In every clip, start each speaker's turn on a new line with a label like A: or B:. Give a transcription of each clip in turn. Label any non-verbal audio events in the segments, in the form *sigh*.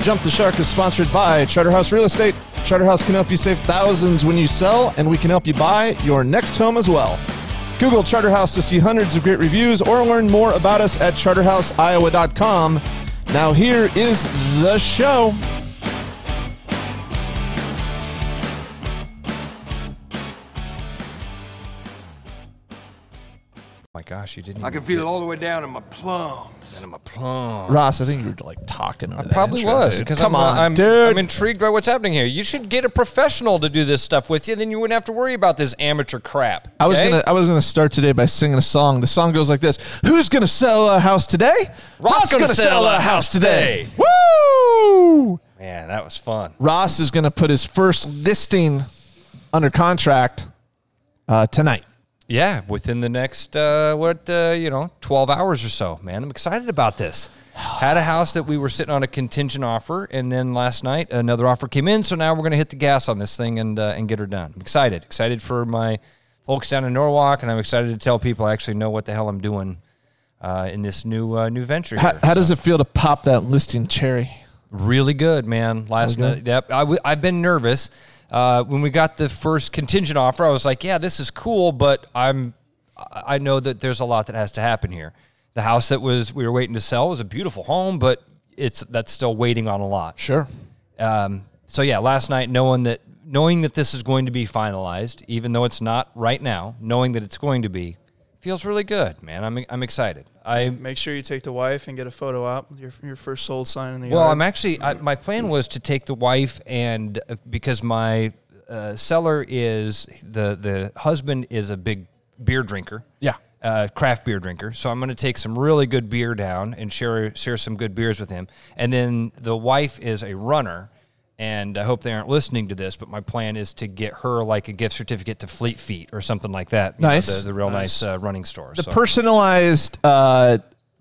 A: Jump the Shark is sponsored by Charterhouse Real Estate. Charterhouse can help you save thousands when you sell, and we can help you buy your next home as well. Google Charterhouse to see hundreds of great reviews or learn more about us at charterhouseiowa.com. Now, here is the show.
B: my gosh, you didn't.
C: I can feel it all the way down in my plums.
B: I'm a plum.
A: Ross, I think you were like talking. Over that
B: Probably
A: intro,
B: was
A: dude.
B: because
A: come
B: I'm, uh,
A: on,
B: I'm,
A: dude.
B: I'm intrigued by what's happening here. You should get a professional to do this stuff with you, then you wouldn't have to worry about this amateur crap.
A: I was
B: okay?
A: gonna I was gonna start today by singing a song. The song goes like this: Who's gonna sell a house today?
B: Ross gonna sell a house today.
A: Woo!
B: Man, that was fun.
A: Ross is gonna put his first listing under contract uh, tonight.
B: Yeah, within the next uh, what uh, you know, twelve hours or so, man. I'm excited about this. Had a house that we were sitting on a contingent offer, and then last night another offer came in. So now we're gonna hit the gas on this thing and uh, and get her done. I'm excited, excited for my folks down in Norwalk, and I'm excited to tell people I actually know what the hell I'm doing uh, in this new uh, new venture.
A: How,
B: here.
A: how does it feel to pop that listing cherry?
B: Really good, man. Last
A: Really
B: night, yep. I w- I've been nervous. Uh, when we got the first contingent offer, I was like, "Yeah, this is cool," but I'm, I I know that there's a lot that has to happen here. The house that was we were waiting to sell was a beautiful home, but it's that's still waiting on a lot.
A: Sure.
B: Um, so yeah, last night knowing that knowing that this is going to be finalized, even though it's not right now, knowing that it's going to be, feels really good, man. I'm I'm excited. I
D: Make sure you take the wife and get a photo op with your, your first sold sign in the
B: Well,
D: yard.
B: I'm actually. I, my plan was to take the wife and because my uh, seller is the the husband is a big beer drinker.
A: Yeah.
B: Uh, craft beer drinker, so I'm going to take some really good beer down and share share some good beers with him. And then the wife is a runner, and I hope they aren't listening to this. But my plan is to get her like a gift certificate to Fleet Feet or something like that. you know,
A: Nice.
B: the, the real nice, uh, running store.
A: The personalized uh,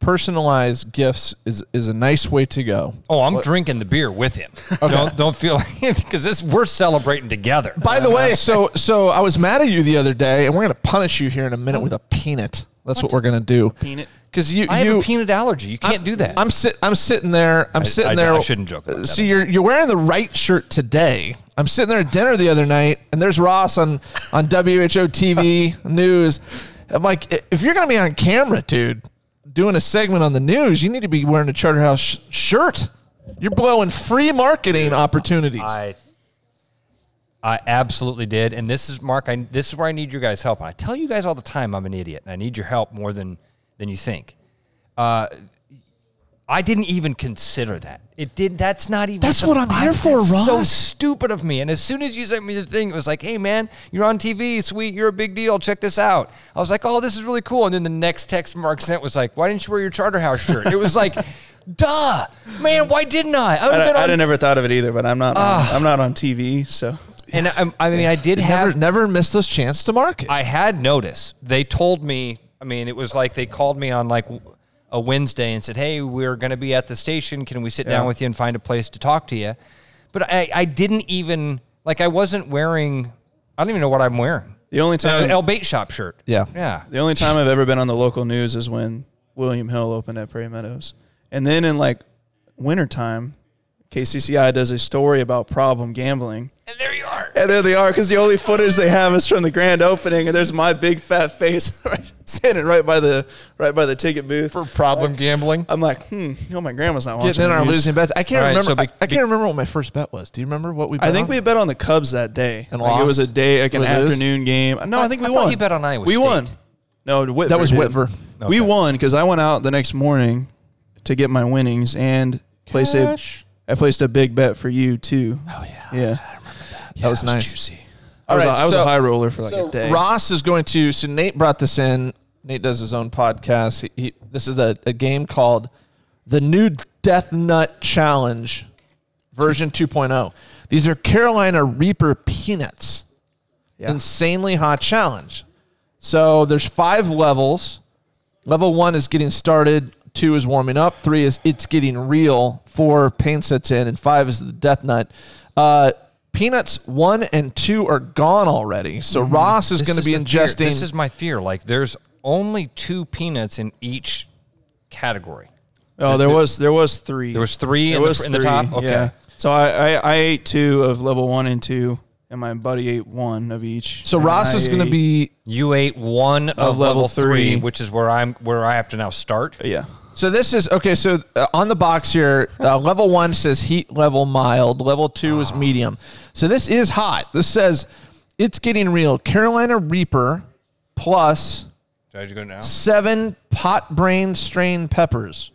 A: personalized gifts is is a nice way to go.
B: Oh, I'm drinking the beer with him. Don't don't feel *laughs* because this we're celebrating together.
A: By the way, so so I was mad at you the other day, and we're gonna punish you here in a minute with a peanut. That's what, we're gonna do.
D: Peanut?
A: Because you
B: I
A: you
B: have a peanut allergy. You can't
A: I'm-
B: do that.
A: I'm sit. I'm sitting there. I'm sitting
B: I-
A: there.
B: I shouldn't joke about
A: Uh,
B: that.
A: See, you're you're wearing the right shirt today. I'm sitting there at dinner the other night, and there's Ross on on WHO
B: *laughs*
A: TV news. I'm like, "I- if you're gonna be on camera, dude, doing a segment on the news, you need to be wearing a Charterhouse sh- shirt. You're blowing free marketing opportunities.
B: I I absolutely did, and this is Mark. I this is where I need your guys' help. I tell you guys all the time I'm an idiot, and I need your help more than than you think. Uh, I didn't even consider that. It did. That's not even.
A: That's what I'm here for,
B: that's So
A: Ross.
B: stupid of me. And as soon as you sent me the thing, it was like, "Hey, man, you're on TV. Sweet, you're a big deal. Check this out." I was like, "Oh, this is really cool." And then the next text Mark sent was like, "Why didn't you wear your Charterhouse shirt?" It was like, *laughs* "Duh, man, why didn't I?" I,
D: I,
B: would've
D: don't-
B: been
D: I'd
B: on
D: have never thought of it either, but I'm not. on, I'm not on TV, so
B: And I, I mean, I did
A: never
B: have.
A: never miss this chance to market.
B: I had notice. They told me. I mean, it was like they called me on like a Wednesday and said, "Hey, we're going to be at the station. Can we sit down with you and find a place to talk to you?" But I, I didn't even like. I wasn't wearing. I don't even know what I'm wearing.
D: the only time
B: An El Bait Shop shirt.
A: Yeah.
B: Yeah.
D: The only time I've ever been on the local news is when William Hill opened at Prairie Meadows. And then in like wintertime, KCCI does a story about problem gambling.
B: And there you are.
D: And there they are, because the only footage they have is from the grand opening, and there's my big fat face *laughs* right, standing right by the right by the ticket booth.
B: For problem gambling.
D: I'm like, hmm, no, my grandma's not watching.
A: Getting in
D: the
A: our
D: news.
A: losing bets. I can't
B: All right,
A: remember.
B: so be-
A: I, I can't remember what my first bet was. Do you remember what we? Bet
D: I think
A: on?
D: we bet on the Cubs that day.
A: Uh-huh. And
D: like it was a
A: lost?
D: day, like an
A: Did we lose?
D: afternoon game. No, I, think
B: I
D: we
B: thought
D: won.
B: you bet on Iowa
D: We
B: State.
D: won. No, Whitver
A: That was
D: did.
A: Whitver.
D: We
B: Okay.
D: won because I went out the next morning to get my winnings and place a.
A: Cash.
D: I placed a big bet for you too.
A: Oh yeah.
D: Yeah,
A: that was nice.
D: I was,
A: All right,
D: a, I was
A: so-
D: a high roller for like
A: so
D: a day.
A: Ross is going to. So Nate brought this in. Nate does his own podcast. He, he, this is a, a game called the New Death Nut Challenge version 2.0. These are Carolina Reaper peanuts.
B: Yeah.
A: Insanely hot challenge. So there's five levels. Level one is getting started. Two is warming up. Three is it's getting real. Four pain sets in, and five is the death nut. Uh, peanuts one and two are gone already. So Ross is
B: Mm-hmm. This
A: going to
B: is
A: be
B: the fear.
A: ingesting.
B: This is my fear. Like, there's only two peanuts in each category.
D: Oh, there was there was three.
B: There was three in the fr- in the top? Okay.
D: Yeah. So I, I I ate two of level one and two, and my buddy ate one of each.
A: so
D: And
A: Ross
D: I
A: is going to
D: ate-
A: be
B: You ate one of, level,
D: level
B: three,
D: three.
B: which is where I'm where I have to now start.
D: yeah.
A: So this is okay. So uh, on the box here, uh, *laughs* level one says heat level mild. Level two is medium. So this is hot. This says it's getting real. Carolina Reaper plus
B: Did I just go now?
A: seven pot brain strain peppers.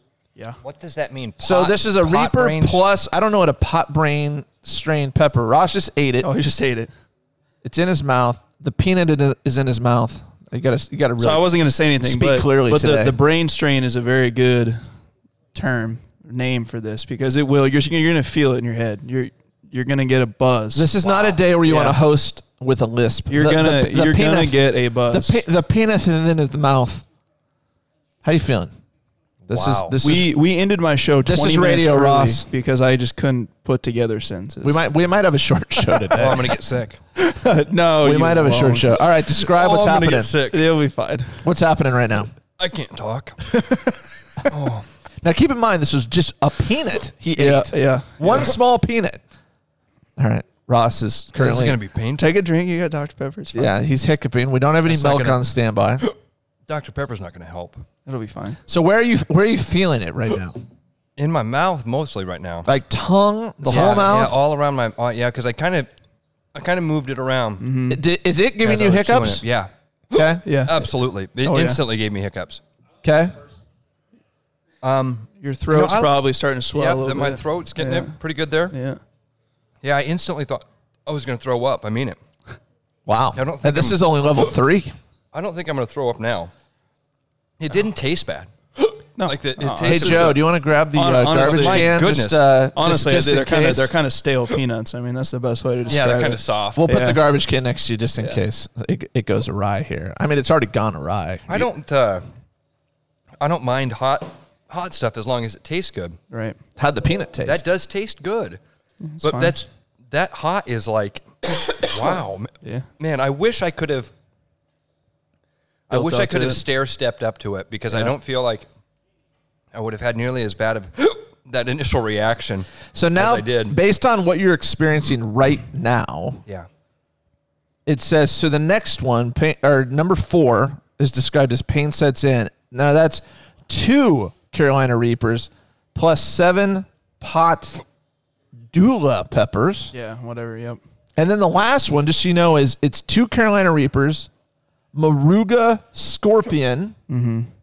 B: What does that mean?
A: So
B: Pot-
A: this is a
B: pot
A: Reaper
B: brains?
A: plus. I don't know what a pot brain strain pepper. Ross just ate it.
D: Oh, he just ate it.
A: It's in his mouth. The peanut in- is in his mouth. You gotta, you gotta really.
D: So I wasn't going to say anything.
A: Speak
D: but,
A: clearly
D: But
A: today.
D: The, the brain strain is a very good term name for this because it will. You're you're going to feel it in your head. You're you're going to get a buzz.
A: this is not a day where you
D: Yeah.
A: want to host with a lisp.
D: you're
A: The- the-
D: gonna
A: the
D: you're gonna
A: peanut-
D: get a buzz.
A: The, pe- the penis and then his mouth. How you feeling? This
B: Wow.
A: is this is
D: we we ended my show. 20
A: This is
D: minutes
A: Radio
D: early
A: Ross.
D: because I just couldn't put together sentences.
A: we might we might have a short show
B: Oh,
A: today.
B: I'm gonna
A: *laughs*
B: get sick.
D: *laughs* no,
A: we
D: you
A: might have a short
D: won't.
A: show. All right, describe
B: Oh,
A: what's
B: I'm gonna
A: happening.
B: get sick.
D: It'll be fine.
A: What's happening right now?
B: I
A: *laughs*
B: can't talk.
A: Now keep in mind this was just a peanut he
D: Yeah,
A: ate.
D: yeah.
A: One small peanut. All right, Ross is currently
B: this is gonna be painful.
D: Take a drink. You got Dr Pepper. It's fine.
A: yeah he's hiccuping. We don't have any
B: not
A: milk
B: gonna-
A: on standby.
B: *coughs* Dr. Pepper's not gonna help.
D: it'll be fine.
A: So where are you where are you feeling it right now?
B: In my mouth mostly right now.
A: Like tongue, the
B: yeah,
A: whole mouth.
B: Yeah, all around my. Uh, yeah, because I kind of, I kind of moved it around.
A: Di- is it giving
B: as I
A: Mm-hmm. you
B: was chewing
A: hiccups?
B: it. *gasps* Yeah,
A: Okay.
D: Yeah,
B: Uh, absolutely. It
D: Oh, yeah.
B: instantly gave me hiccups.
A: Okay.
D: your throat's
B: You know, I-
D: probably starting to swell a
B: Yeah,
D: little
B: that
D: bit.
B: my throat's getting
D: Yeah.
B: it pretty good there.
D: Yeah.
B: Yeah, I instantly thought I was going to throw up. I mean it.
A: Wow.
B: I don't think
A: and this
B: I'm-
A: is only level
B: *laughs*
A: three.
B: I don't think I'm going to throw up now. It didn't taste bad.
D: *gasps* No,
B: Like the- it
D: Uh-uh.
A: Hey
B: tastes- It's-
A: Joe, do you want to grab the
D: Hon-
A: uh,
D: honestly-
A: garbage
D: My
A: can?
B: goodness.
A: Just, uh, just-
D: Honestly,
A: just in
D: they're kind
A: case.
D: of they're kind of stale peanuts. I mean, that's the best way to
B: Yeah,
D: describe it.
B: they're kind of soft.
A: We'll put
D: Yeah.
A: the garbage can next to you just in case it, it goes awry here. I mean, it's already gone awry.
B: I don't. Uh, I don't mind hot, hot stuff as long as it tastes good.
D: right.
A: How'd the peanut taste?
B: That does taste good, but
D: fine.
B: that's that hot is like, *coughs* wow, m-
D: Yeah.
B: man. I wish I could have. I
D: Built
B: wish
D: up
B: I
D: to
B: could have
D: it.
B: stair stepped up to it because I don't feel like I would have had nearly as bad of *gasps* that initial reaction.
A: so now,
B: I did.
A: based on what you're experiencing right now,
B: Yeah.
A: it says so the next one, pain, or number four, is described as pain sets in. Now, that's two Carolina Reapers plus seven pot doula peppers.
D: Yeah. Whatever. Yep.
A: And then the last one, just so you know, is it's two Carolina Reapers, Maruga Scorpion,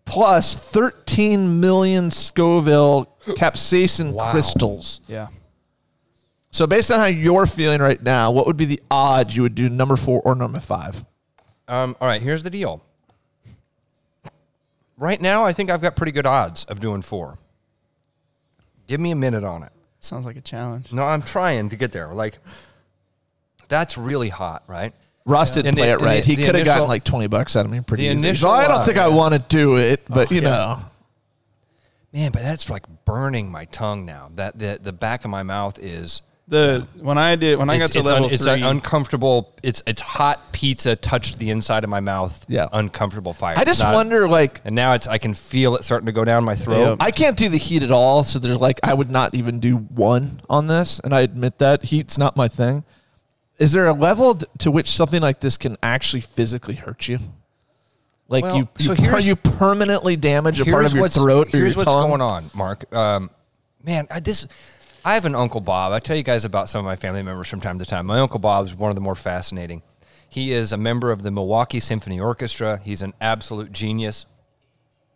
A: plus 13 million Scoville capsaicin
B: Wow.
A: crystals.
D: Yeah.
A: So, based on how you're feeling right now, what would be the odds you would do number four or number five?
B: Um, all right, here's the deal. Right now, I think I've got pretty good odds of doing four. Give me a minute on it.
D: Sounds like a challenge.
B: No, I'm trying to get there. Like, that's really hot, right?
A: Ross didn't
B: And the-
A: play it
B: and
A: right.
B: the-
A: he
B: the
A: could have gotten
B: initial-
A: like 20 bucks out of me pretty
B: the
A: easy.
B: initial,
A: So I don't
B: uh,
A: think I want to do it, but you
D: yeah.
A: know.
B: Man, but that's like burning my tongue now. That the, the back of my mouth is.
D: The when I did when I got
B: it's,
D: to
B: it's,
D: level
B: un-
D: three,
B: it's an uncomfortable. It's it's hot pizza touched the inside of my mouth.
A: Yeah.
B: uncomfortable fire.
A: I
B: It's
A: just
B: not-
A: wonder, like,
B: And now it's I can feel it starting to go down my throat.
A: I can't do the heat at all, so there's like I would not even do one on this, and I admit that heat's not my thing. Is there a level th- to which something like this can actually physically hurt you? Like
B: Well,
A: you, you,
B: so
A: per-
B: here's-
A: you permanently damage a part
B: Here's
A: of your
B: what's-
A: throat or your
B: Here's what's
A: tongue?
B: going on, Mark. Um, man, I, this I have an uncle Bob. I tell you guys about some of my family members from time to time. My uncle Bob's one of the more fascinating. He is a member of the Milwaukee Symphony Orchestra. He's an absolute genius.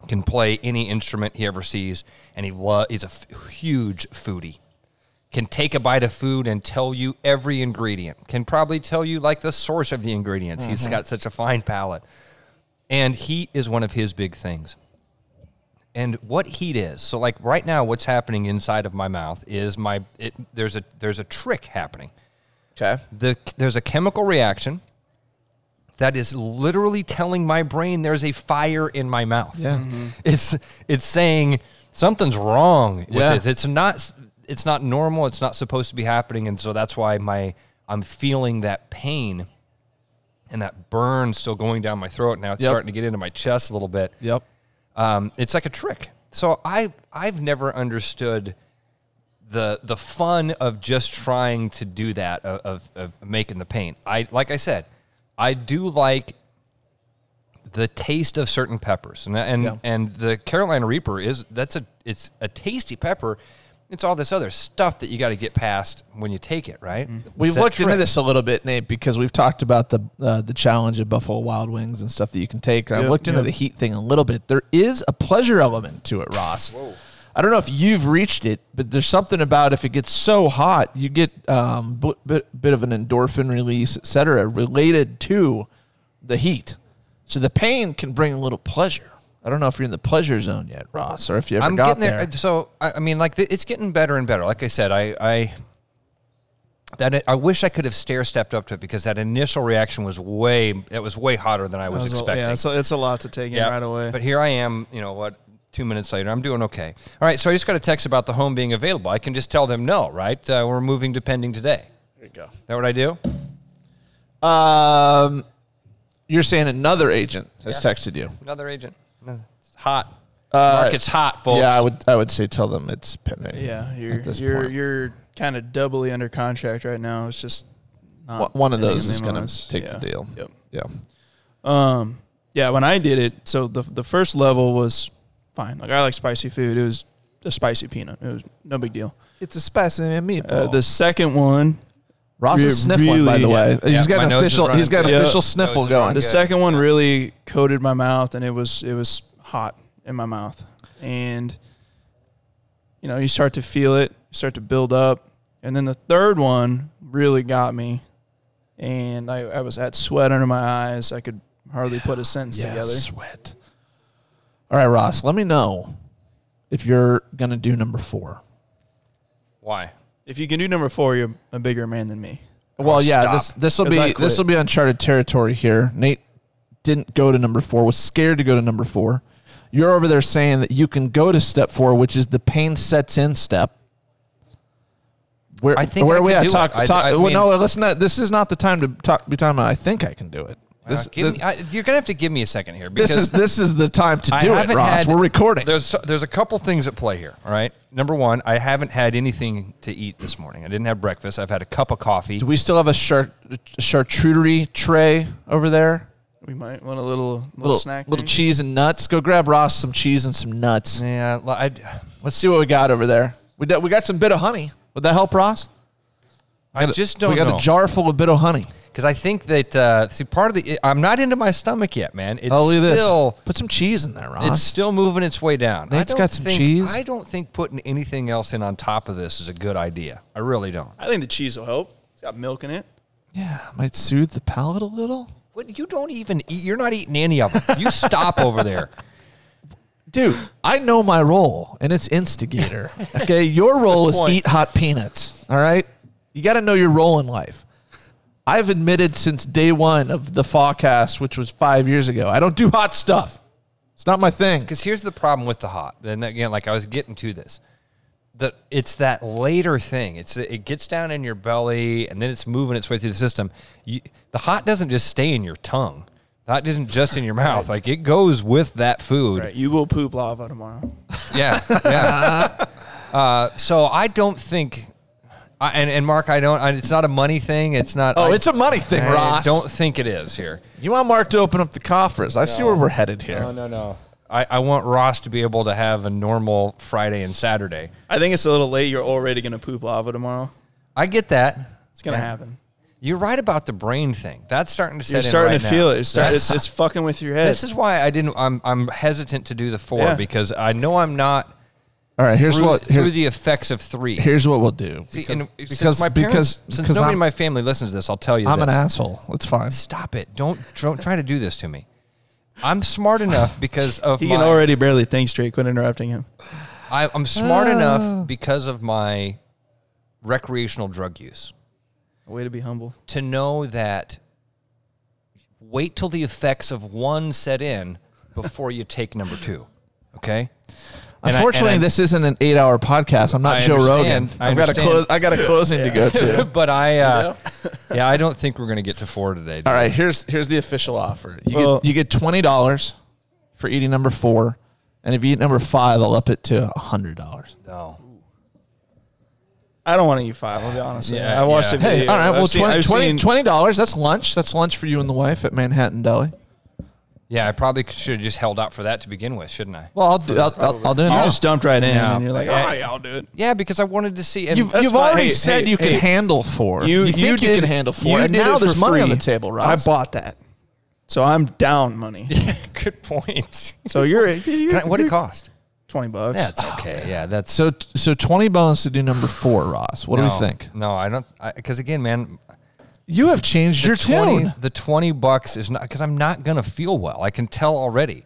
B: Can play any instrument he ever sees, and he lo- he's a f- huge foodie. Can take a bite of food and tell you every ingredient. Can probably tell you like the source of the ingredients.
A: Mm-hmm.
B: He's got such a fine palate, and he is one of his big things and what heat is. So like right now, what's happening inside of my mouth is my it, there's a there's a trick happening.
D: Okay.
B: The there's a chemical reaction that is literally telling my brain there's a fire in my mouth.
A: Yeah.
B: *laughs* It's it's saying something's wrong with
A: Yeah.
B: this. It's not it's not normal. It's not supposed to be happening, and so that's why my I'm feeling that pain and that burn still going down my throat. Now it's
A: Yep.
B: starting to get into my chest a little bit.
A: Yep.
B: Um, it's like a trick. So I I've never understood the the fun of just trying to do that of, of, of making the paint. I like I said, I do like the taste of certain peppers, and and,
A: Yeah.
B: and the Carolina Reaper is that's a it's a tasty pepper. It's all this other stuff that you got to get past when you take it, right?
A: We've
B: It's that
A: looked into
B: trick.
A: this a little bit, Nate, because we've talked about the uh, the challenge of Buffalo Wild Wings and stuff that you can take. And I've looked into the heat thing a little bit. There is a pleasure element to it, Ross. I don't know if you've reached it, but there's something about if it gets so hot, you get um, bl- bit, bit of an endorphin release, et cetera, related to the heat. So the pain can bring a little pleasure. I don't know if you're in the pleasure zone yet, Ross, or if you ever
B: I'm
A: got
B: getting there. So I, I mean, like the, it's getting better and better. Like I said, I, I that I wish I could have stair stepped up to it because that initial reaction was way it was way hotter than I was,
D: That's a-
B: expecting.
D: yeah, so it's a lot to take in right away.
B: But here I am, you know what? Two minutes later, I'm doing okay. All right, so I just got a text about the home being available. I can just tell them no, right? Uh, we're moving to pending today. There you go. That what I do?
A: Um, you're saying another agent has texted you.
B: Another agent. Uh, It's hot. Market's hot, folks.
A: Yeah, I would. I would say tell them it's pending.
D: Yeah, you're
A: at this
D: you're
A: point.
D: you're kind of doubly under contract right now. It's just
A: One-
D: not
A: one of those
D: ending
A: is
D: in
A: going
D: months.
A: to take
D: Yeah.
A: the deal.
D: Yep.
A: Yeah.
D: Um, yeah, when I did it, so the the first level was fine. Like I like spicy food. It was a spicy peanut. It was no big deal.
A: It's a spicy meatball.
D: Uh, the second one,
A: Ross
D: re-
A: is sniffling, by
D: really-
A: the way.
B: Yeah,
A: he's
B: my
A: got an
B: nose is
A: official.
B: running
A: He's got an
B: good.
A: official
B: Yeah.
A: sniffle
B: Nose is
A: going.
B: running
D: the
B: good.
D: second one really coated my mouth, and it was it was hot in my mouth, and you know you start to feel it, you start to build up, and then the third one really got me, and I, I was at sweat under my eyes. I could hardly put a sentence
A: Yeah,
D: together.
A: Sweat. All right, Ross. Let me know if you're going to do number four.
B: Why?
D: If you can do number four, you're a bigger man than me.
A: Well, yeah.
B: stop.
A: This this will
D: 'Cause I
A: be
D: quit.
A: this will be uncharted territory here. Nate didn't go to number four. Was scared to go to number four. You're over there saying that you can go to step four, which is the pain sets in step. Where
B: I think
A: where
B: I
A: are we
B: can
A: at?
B: do
A: Talk,
B: it. I-
A: talk.
B: I
A: well,
B: mean-
A: no, let's not. This is not the time to talk. Be talking about. I think I can do it. This,
B: Uh, give
A: this,
B: me, I, you're gonna have to give me a second here because
A: this is this is the time to
B: I
A: do it,
B: haven't
A: Ross.
B: had-
A: We're recording.
B: There's there's a couple things at play here. All right. Number one, I haven't had anything to eat this morning. I didn't have breakfast. I've had a cup of coffee.
A: Do we still have a char- charcuterie tray over there?
D: We might want a little little,
A: Little
D: snack.
A: little
D: thing.
A: cheese and nuts. Go grab Ross some cheese and some nuts.
B: yeah. li- I,
A: Let's see what we got over there. We got, we got some bit of honey. Would that help, Ross?
B: I just don't
A: we got
B: know
A: a jar full of bit of honey.
B: because I think that uh, see part of the I'm not into my stomach yet, man. It's
A: Oh, look at
B: still
A: this. Put some cheese in there, Ross.
B: it's still moving its way down. I
A: Nate's
B: don't
A: got some
B: think-
A: cheese.
B: I don't think putting anything else in on top of this is a good idea. I really don't.
D: I think the cheese will help. It's got milk in it.
A: yeah, might soothe the palate a little.
B: What you don't even eat. You're not eating any of *laughs* it. You stop over there.
A: Dude, I know my role, and it's instigator.
B: *laughs*
A: Okay, your role is
B: point.
A: eat hot peanuts. All right, you got to know your role in life. I've admitted since day one of the Fawcast, which was five years ago, I don't do hot stuff. It's not my thing.
B: because here's the problem with the hot. And again, like I was getting to this, the it's that later thing. It's it gets down in your belly and then it's moving its way through the system. You, the hot doesn't just stay in your tongue. The hot isn't just in your mouth. Like it goes with that food.
D: You will poop lava tomorrow.
B: Yeah, yeah. uh, so I don't think. I, and, and Mark, I don't. I, it's not a money thing. It's not.
A: Oh,
B: I-
A: it's a money thing,
B: I
A: Ross.
B: don't think it is here.
A: You want Mark to open up the coffers? I see where we're headed here.
B: No, no, no. I, I want Ross to be able to have a normal Friday and Saturday.
D: I think it's a little late. You're already gonna poop lava tomorrow.
B: I get that.
D: It's gonna happen.
B: You're right about the brain thing. That's starting to set
D: You're
B: in
D: starting
B: right
D: to feel
B: now.
D: it. You're start,
B: That's-
D: it's, it's fucking with your head.
B: this is why I didn't. I'm I'm hesitant to do the four
D: Yeah.
B: because I know I'm not
A: All right, here's
B: through,
A: what
B: through
A: here's,
B: the effects of three.
A: here's what we'll do.
B: See,
A: because
B: and since my parents, since nobody
A: I'm,
B: in my family listens to this, I'll tell you.
A: I'm an
B: this.
A: asshole. It's fine.
B: Stop it! Don't don't try to do this to me. I'm smart enough
D: *laughs*
B: because of
D: He
B: my,
D: can already barely think straight. Quit interrupting him.
B: I, I'm smart
D: Ah.
B: enough because of my recreational drug use
D: Way to be humble.
B: to know that wait till the effects of one set in before you take number two. Okay. And I- and
A: Unfortunately,
B: I-
A: this isn't an eight-hour podcast. I'm not
B: I
A: Joe
B: understand.
A: Rogan.
B: I
A: I've got a
B: understand.
A: close. I got a closing to go
B: *laughs*
A: to.
B: but I, uh, *laughs* yeah, I don't think we're gonna get to four today.
A: All right, here's here's the official offer. You
D: Well-
A: get you get twenty dollars for eating number four, and if you eat number five, I'll up it to hundred dollars.
B: No.
D: I don't want to eat five. I'll be honest. with you.
B: Yeah,
D: I watched
B: yeah.
D: a video.
A: Hey, all right.
D: I've
A: Well,
D: seen-
A: twenty
D: I've
A: twenty
D: seen-
A: twenty dollars. That's lunch. That's lunch for you and the wife at Manhattan Deli.
B: Yeah, I probably should have just held out for that to begin with, shouldn't I?
A: Well, I'll do, I'll, I'll, I'll do it.
D: You
A: now.
D: just dumped right in,
B: Yeah.
D: and you're like,
B: Yeah.
D: all right, I'll do it.
B: Yeah, because I wanted to see. And
A: You've,
D: That's
A: you've
D: fine.
A: already
D: Hey,
A: said
D: hey,
A: you can
D: hey.
A: handle four.
D: You- you
A: think
D: did-
A: can handle four,
D: you
A: and
D: did
A: now
D: it for
A: there's money on
D: free.
A: the table,
D: I
A: Ross.
D: bought that, so I'm down
B: *laughs*
D: money.
B: *laughs*
A: *laughs*
B: good point.
D: so you're, you're
B: What did it cost?
D: twenty bucks.
B: That's okay. Yeah, that's
A: So so twenty bones to do number four, Ross. What do
B: No,
A: we think?
B: No, I don't. Because again, man,
A: You have changed your tune.
B: the twenty bucks is not because I'm not gonna feel well. I can tell already.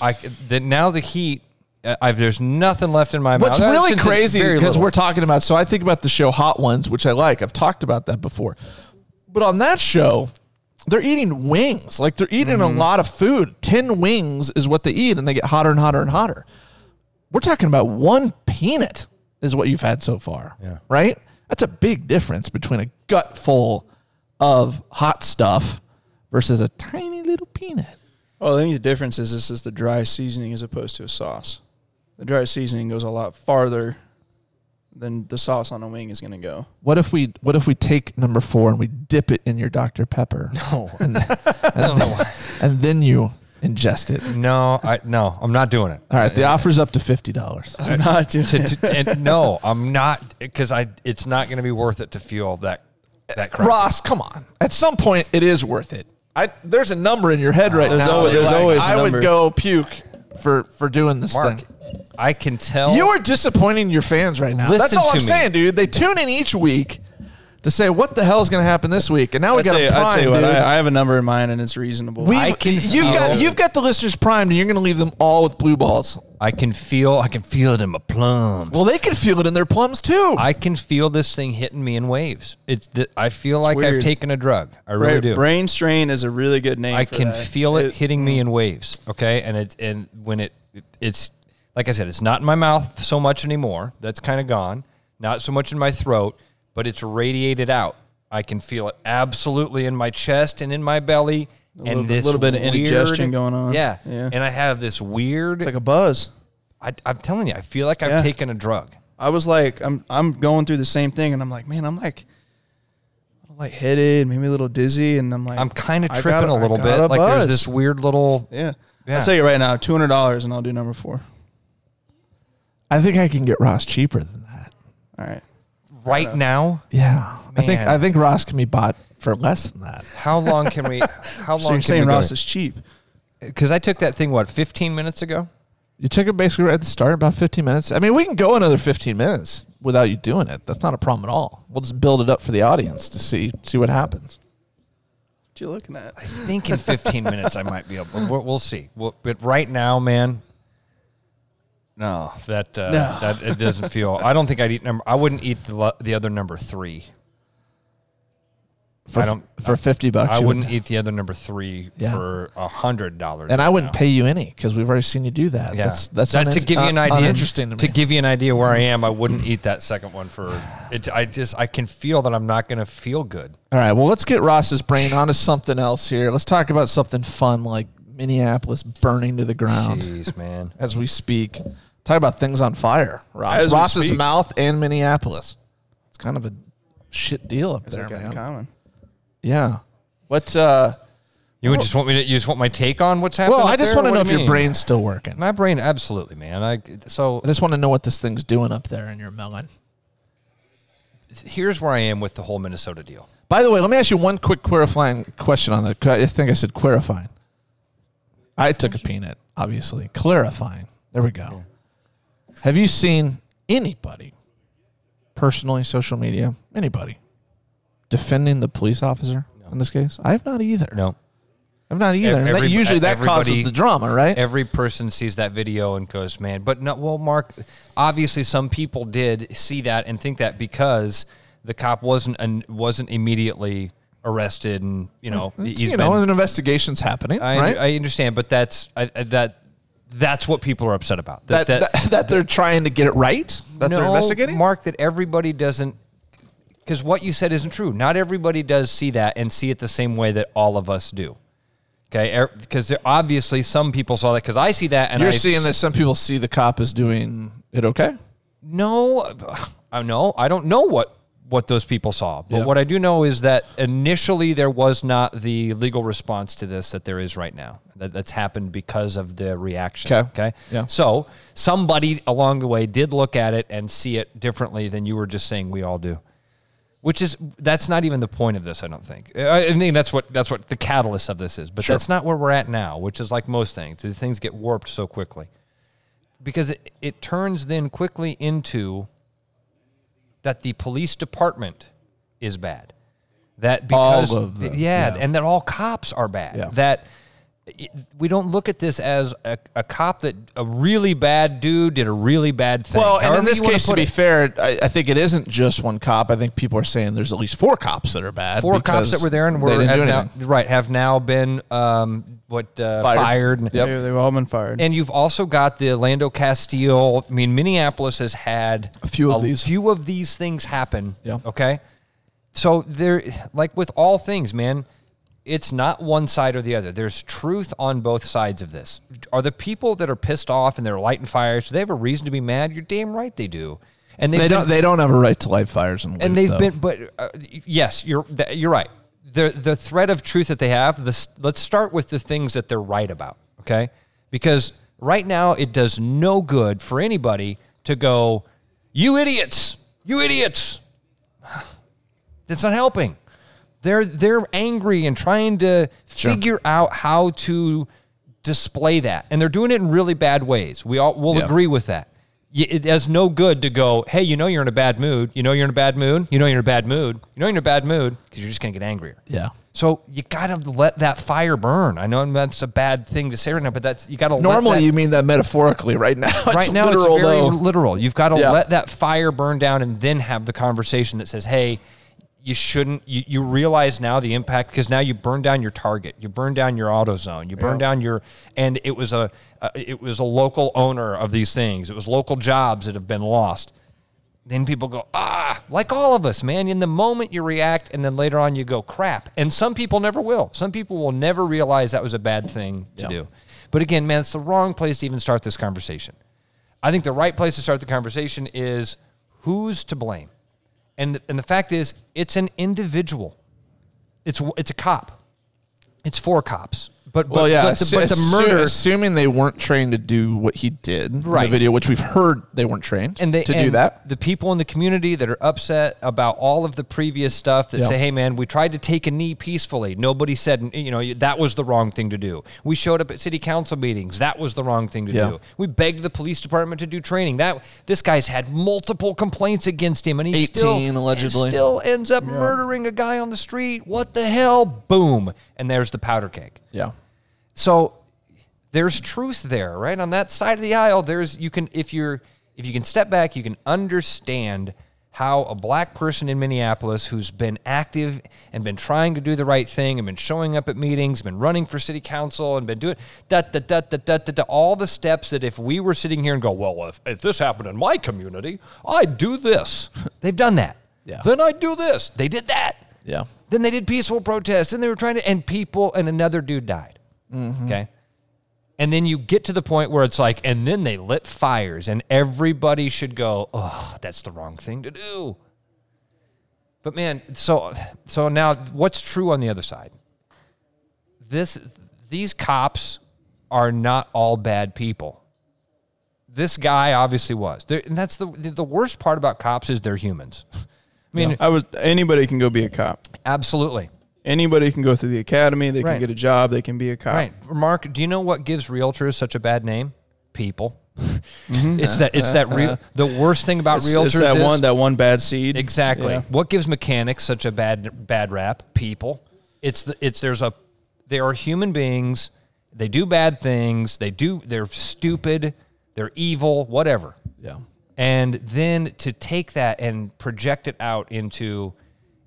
B: I c- that now the heat. uh, I've, there's nothing left in my mouth.
A: What's
B: Uh,
A: really
B: since it's
A: crazy
B: very
A: because
B: little.
A: we're talking about, so I think about the show Hot Ones, which I like. I've talked about that before. But on that show, they're eating wings. Like they're eating
B: Mm-hmm.
A: a lot of food. 10 wings is what they eat, and they get hotter and hotter and hotter. We're talking about one peanut is what you've had so far.
B: Yeah.
A: Right? That's a big difference between a gut full of hot stuff versus a tiny little peanut.
D: Well, I think the difference is this is the dry seasoning as opposed to a sauce. The dry seasoning goes a lot farther than the sauce on a wing is going to go.
A: What if we what if we take number four and we dip it in your Dr.
B: *laughs*
A: Pepper?
B: I don't know why.
A: and then you ingest it.
B: No, I no, I'm not doing it.
A: All right, the offer's up to fifty dollars.
D: I'm not
B: *laughs*
D: doing
B: To-
A: *laughs*
B: to- and no, I'm not because I. It's not going to be worth it to feel that that crap.
A: Ross, come on. At some point, it is worth it. I there's a number in your head right
D: There's
A: now.
D: always-
A: that you're
D: there's
A: like,
D: always a
A: I
D: number.
A: would go puke for for doing this
B: Mark,
A: thing.
B: I can tell
A: You are disappointing your fans right now. That's
B: Listen
A: all
B: to
A: I'm
B: me.
A: saying, dude. They tune in each week to say what the hell is going to happen this week, and now we
D: I'd
A: got
D: say,
A: a
D: I'd
A: prime,
D: say
A: dude.
D: what, I, I have a number in mind and it's reasonable.
A: We've-
B: I can
A: you've got
B: feel-
A: you've got the listeners primed, and you're going to leave them all with blue balls.
B: I can feel. I can feel it in my plums.
A: Well, they can feel it in their plums too.
B: I can feel this thing hitting me in waves. It's. Th- I feel like I've
D: weird.
B: taken a drug. I really
D: brain,
B: do.
D: brain strain is a really good name.
B: I
D: for
B: can
D: that.
B: feel it, hitting
D: mm.
B: me in waves. Okay, and it's and when it it's like I said, it's not in my mouth so much anymore. That's kind of gone. Not so much in my throat, but it's radiated out. I can feel it absolutely in my chest and in my belly. and
D: little bit-
B: this
D: little bit of
B: weird-
D: indigestion going on.
B: Yeah.
D: Yeah.
B: and I have this weird.
D: It's like a buzz.
B: I, I'm telling you, I feel like I've
D: Yeah.
B: taken a drug.
D: I was like, I'm I'm going through the same thing, and I'm like, man, I'm like, I'm like headed, maybe a little dizzy, and I'm like,
B: I'm kind of
D: I
B: tripping
D: got
B: a little
D: I
B: bit.
D: got a
B: like
D: buzz.
B: there's this weird little.
D: yeah.
B: Yeah.
D: I'll tell you right now, two hundred dollars, and I'll do number four.
A: I think I can get Ross cheaper than that.
D: All right.
B: Right now,
A: Yeah, I think
B: Man.
A: I think Ross can be bought for less than that.
B: how long can we? How long?
D: *laughs* So you're
B: can
D: saying
B: we
D: Ross
B: go?
D: is cheap?
B: because I took that thing what 15 minutes ago.
A: You took it basically right at the start, about 15 minutes. I mean, we can go another 15 minutes without you doing it. That's not a problem at all. We'll just build it up for the audience to see see what happens.
D: What you looking at?
B: I think in 15 minutes I might be able. We'll, we'll see. We'll, but right now, man, no, that uh, that it doesn't feel. I don't think I'd eat number. I wouldn't eat the lo- the other number three.
A: For,
B: I don't-
A: for 50 bucks.
B: I
A: you
B: wouldn't
A: would-
B: eat the other number three
A: Yeah.
B: for a hundred dollars.
A: and I wouldn't pay you any because we've already seen you do that.
B: Yeah,
A: That's that's
B: That- to
A: unin-
B: give you an
A: un-
B: idea.
A: uninteresting to me.
B: give you an idea where I am, I wouldn't eat that second one for. It, I just I can feel that I'm not going to feel good.
A: all right, well, let's get Ross's brain onto something else here. Let's talk about something fun like Minneapolis burning to the ground
B: Jeez, man.
A: as we speak. Talk about things on fire, Ross.
D: As we
A: Ross's
D: speak.
A: mouth and Minneapolis. It's kind of a shit deal up there,
D: Like
A: man.
D: uncommon.
A: Yeah. What? Uh,
B: You would just want me to. You just want my take on what's happening.
A: well, I
B: up
A: just
B: there?
A: want to
B: What
A: know
B: do
A: if your
B: you mean?
A: brain's still working.
B: My brain, absolutely, man. I so
A: I just want to know what this thing's doing up there in your melon.
B: here's where I am with the whole Minnesota deal.
A: By the way, let me ask you one quick clarifying question on that. 'cause I think I said clarifying. I took a peanut, obviously. Clarifying. There we go. Have you seen anybody, personally, social media, anybody, defending the police officer in this case? I have not either.
B: No,
A: I'm not either. And that-
B: Every-
A: usually that causes
B: everybody-
A: the drama, right?
B: Every person sees that video and goes, "Man!" But no, well, Mark, obviously some people did see that and think that because the cop wasn't and wasn't immediately arrested, and you know
A: It's,
B: he's
A: you
B: been.
A: know, an investigation's happening,
B: I,
A: right?
B: I understand, but that's I, I- that that's what people are upset about.
A: that, that, that, *laughs* they're trying to get it right. That they're
B: no,
A: investigating.
B: Mark, that everybody doesn't, because what you said isn't true. Not everybody does see that and see it the same way that all of us do. Okay, because obviously some people saw that. Because I see that, and
A: You're
B: I,
A: seeing that some people see the cop is doing it okay.
B: No, *sighs* I know. I don't know what what those people saw, but
A: Yeah.
B: what I do know is that initially there was not the legal response to this that there is right now. That, that's happened because of the reaction.
A: 'Kay.
B: Okay.
A: Yeah.
B: So somebody along the way did look at it and see it differently than you were just saying we all do. Which is that's not even the point of this, I don't think. I I think that's what that's what the catalyst of this is, but that's not where we're at now. Which is like most things, the things get warped so quickly because it, it turns then quickly into that the police department is bad. That
A: All
B: because
A: of them,
B: yeah,
A: yeah.
B: and that all cops are bad.
A: Yeah.
B: That it, we don't look at this as a, a cop that a really bad dude did a really bad thing.
A: Well, and in
B: However
A: this
B: you wanna
A: case, to
B: put
A: be
B: it.
A: fair, I, I think it isn't just one cop. I think people are saying there's at least four cops that are bad.
B: four cops that
A: because
B: were there and
A: they
B: were
A: didn't do
B: have now,
A: anything.
B: right have now been um, what uh,
A: Fired.
B: fired.
A: Yep.
D: They- They've all been fired.
B: And you've also got the Orlando Castile. I mean, Minneapolis has had a
D: few of these.
B: few of these things happen.
A: Yeah.
B: Okay. So there, like with all things, man, it's not one side or the other. There's truth on both sides of this. Are the people that are pissed off and they're lighting fires? Do they have a reason to be mad? You're damn right they do. And they've
A: They
B: been-
A: don't. They don't have a right to light fires and loot,
B: and they've
A: though.
B: been but uh, yes you're th- you're right the the thread of truth that they have this let's start with the things that they're right about okay because right now it does no good for anybody to go you idiots you idiots *sighs* that's not helping they're they're angry and trying to
A: Sure.
B: figure out how to display that and they're doing it in really bad ways we all will
A: Yeah.
B: agree with that Y- it does no good to go hey you know you're in a bad mood you know you're in a bad mood you know you're in a bad mood you know you're in a bad mood because you're just going to get angrier
A: Yeah.
B: so you gotta let that fire burn i know that's a bad thing to say right now but that's you gotta let
A: Normally,
B: that-
A: you mean that metaphorically. Right now,
B: right
A: it's
B: now
A: literal,
B: it's very
A: though.
B: literal. You've got to
A: Yeah.
B: let that fire burn down and then have the conversation that says, "Hey, you shouldn't. You, you realize now the impact because now you burn down your target, you burn down your auto zone, you burn down your and it was a, a it was a local owner of these things. It was local jobs that have been lost. Then people go, ah, like all of us, man. In the moment you react, and then later on you go, crap. And some people never will. Some people will never realize that was a bad thing to do. But again, man, it's the wrong place to even start this conversation. I think the right place to start the conversation is who's to blame. And and the fact is it's an individual. It's it's a cop. It's four cops. But but,
A: well, yeah.
B: but, the,
A: assu-
B: but the
A: assu-
B: murder
A: assuming they weren't trained to do what he did in
B: Right.
A: the video, which we've heard they weren't trained
B: and they
A: to do
B: and
A: that.
B: The people in the community that are upset about all of the previous stuff that
A: Yeah.
B: say, "Hey, man, we tried to take a knee peacefully. Nobody said, you know, that was the wrong thing to do. We showed up at city council meetings. That was the wrong thing to
A: Yeah.
B: do. We begged the police department to do training. That this guy's had multiple complaints against him, and he still
A: 18 allegedly.
B: still ends up murdering a guy on the street. What the hell? Boom! And there's the powder keg.
A: Yeah.
B: So there's truth there, right? On that side of the aisle, there's you can if you're if you can step back, you can understand how a black person in Minneapolis who's been active and been trying to do the right thing and been showing up at meetings, been running for city council and been doing da da da da da da, da all the steps that if we were sitting here and go, well, if, if this happened in my community, I'd do this. They've done that.
A: Yeah.
B: Then I'd do this. They did that.
A: Yeah.
B: Then they did peaceful protests, and they were trying to, and people, and another dude died. Okay. And then you get to the point where it's like, and then they lit fires, and everybody should go, oh, that's the wrong thing to do. But man, so so now what's true on the other side? This these cops are not all bad people. This guy obviously was. They're, and that's the the worst part about cops is they're humans. *laughs* I mean,
D: I was anybody can go be a cop.
B: absolutely.
D: Anybody can go through the academy. They
B: Right.
D: can get a job. They can be a cop.
B: Right. Uh, Mark, do you know what gives realtors such a bad name? People. *laughs* it's that it's that real the worst thing about
D: Mm-hmm. Uh, It's,
B: realtors
D: it's that
B: is
D: one that one bad seed.
B: exactly.
D: Yeah.
B: What gives mechanics such a bad bad rap? People. It's the it's there's a They are human beings. They do bad things. They do. They're stupid. They're evil. Whatever.
D: Yeah.
B: And then to take that and project it out into,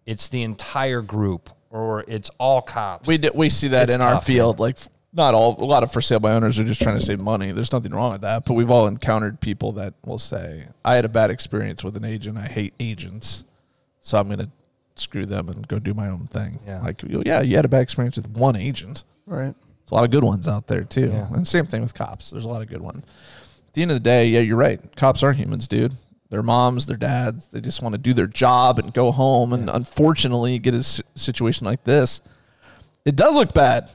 B: it's the entire group or it's all cops.
A: We d- we see that
B: It's
A: in our
B: tough,
A: field. Like f- not all a lot of for sale by owners are just trying to save money. There's nothing wrong with that, but we've all encountered people that will say, "I had a bad experience with an agent. I hate agents, so I'm going to screw them and go do my own thing."
B: Yeah.
A: Like, you- yeah, you had a bad experience with one agent.
D: Right.
A: There's a lot of good ones out there too.
B: Yeah.
A: And same thing with cops. There's a lot of good ones. At the end of the day, yeah, you're right. Cops are humans, dude. They're moms, they're dads. They just want to do their job and go home. And unfortunately, you get a s- situation like this. It does look bad.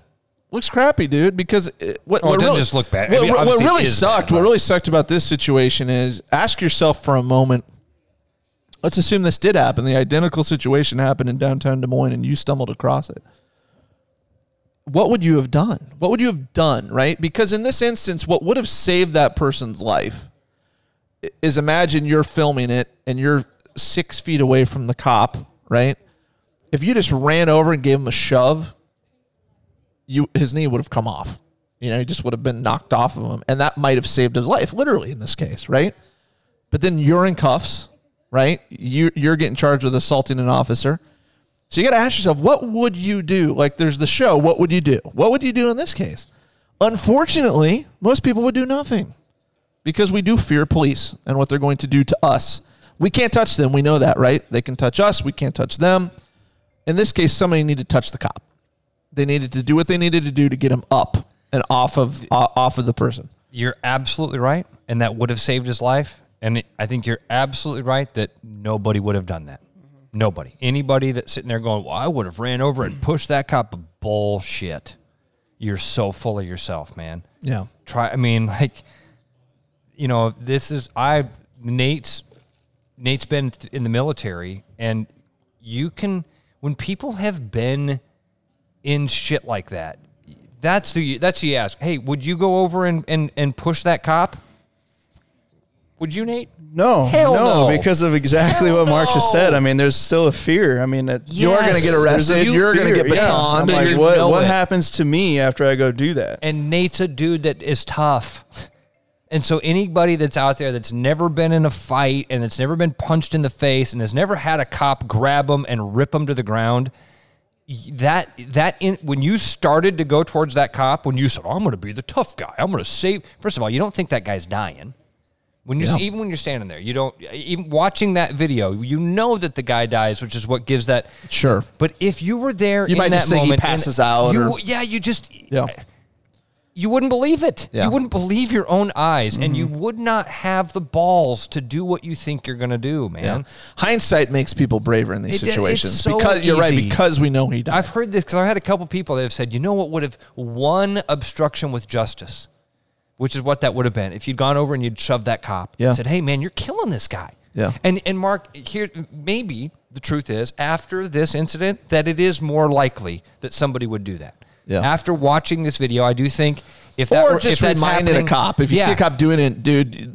A: Looks crappy, dude. Because it, what,
B: Oh, it
A: what
B: doesn't
A: really,
B: just look bad. I
A: What,
B: mean,
A: what- what
B: obviously it
A: really
B: is
A: sucked.
B: bad,
A: what
B: but-
A: really sucked about this situation is ask yourself for a moment. Let's assume this did happen. The identical situation happened in downtown Des Moines, and you stumbled across it what would you have done? What would you have done, right? Because in this instance, what would have saved that person's life i- is imagine you're filming it and you're six feet away from the cop, right? If you just ran over and gave him a shove, you his knee would have come off. You know, he just would have been knocked off of him, and that might have saved his life, literally in this case, right? But then you're in cuffs, right? You you're getting charged with assaulting an officer. So you got to ask yourself, what would you do? Like, there's the show. What would you do? What would you do in this case? Unfortunately, most people would do nothing because we do fear police and what they're going to do to us. We can't touch them. We know that, right? They can touch us. We can't touch them. In this case, somebody needed to touch the cop. They needed to do what they needed to do to get him up and off of uh, off of the person.
B: You're absolutely right, and that would have saved his life. And it, I think you're absolutely right that nobody would have done that. Nobody, anybody that's sitting there going, "Well, I would have ran over and pushed that cop." Bullshit. You're so full of yourself, man.
A: Yeah.
B: Try. I mean, *laughs* like, you know, this is I. Nate's Nate's been th- in the military, and you can when people have been in shit like that. That's the that's the ask. Hey, would you go over and and and push that cop? Would you, Nate?
D: No,
B: Hell no.
D: because of exactly
B: Hell
D: what Mark just
B: no.
D: said. I mean, there's still a fear. I mean, that
A: You're gonna get
B: Yes.
A: arrested.
B: You
A: You're gonna
D: fear,
A: get
D: yeah. I'm
A: batoned.
D: like,
B: you
D: what?
B: know
D: What
B: it.
D: happens to me after I go do that?
B: And Nate's a dude that is tough. And so anybody that's out there that's never been in a fight and that's never been punched in the face and has never had a cop grab them and rip them to the ground, y- that that in, when you started to go towards that cop, when you said, "I'm going to be the tough guy. I'm going to save." First of all, you don't think that guy's dying. When you
A: Yeah.
B: even when you're standing there, you don't even watching that video, you know that the guy dies, which is what gives that
A: Sure.
B: But if you were there
A: You
B: in
A: might
B: that
A: just think he
B: moment, and
A: passes out
B: you-
A: or-
B: yeah, you just
A: Yeah.
B: you wouldn't believe it.
A: Yeah. Mm-hmm.
B: You wouldn't believe your own eyes, and you would not have the balls to do what you think you're going to do, man.
A: Yeah. Hindsight makes people braver in these
B: It- it's
A: situations
B: so
A: because you're right.
B: easy.
A: Because we know he died.
B: I've heard this because I had a couple people that have said, you know what would have won obstruction with justice, which is what that would have been if you'd gone over and you'd shoved that cop
A: Yeah.
B: and said, hey, man, you're killing this guy.
A: Yeah.
B: And, and Mark, here, maybe the truth is after this incident that it is more likely that somebody would do that.
A: Yeah.
B: After watching this video, I do think if that
A: or
B: were-
A: just
B: if that's
A: reminding a
B: happening-
A: cop. If you see
B: Yeah.
A: a cop doing it, dude,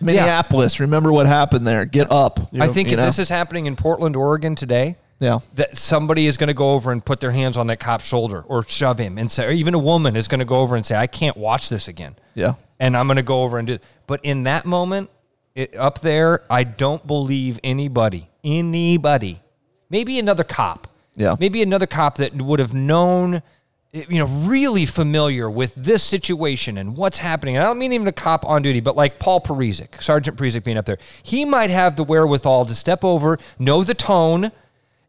A: Minneapolis, remember what happened there. Get up.
B: I think
A: You
B: if
A: know?
B: this is happening in Portland, Oregon today,
A: Yeah.
B: that somebody is going to go over and put their hands on that cop's shoulder or shove him and say, or even a woman is going to go over and say, "I can't watch this again."
A: Yeah.
B: and I'm going to go over and do. But in that moment, it, up there, I don't believe anybody, anybody. Maybe another cop.
A: Yeah.
B: Maybe another cop that would have known, you know, really familiar with this situation and what's happening. And I don't mean even a cop on duty, but like Paul Parisic, Sergeant Parisic being up there, he might have the wherewithal to step over, know the tone,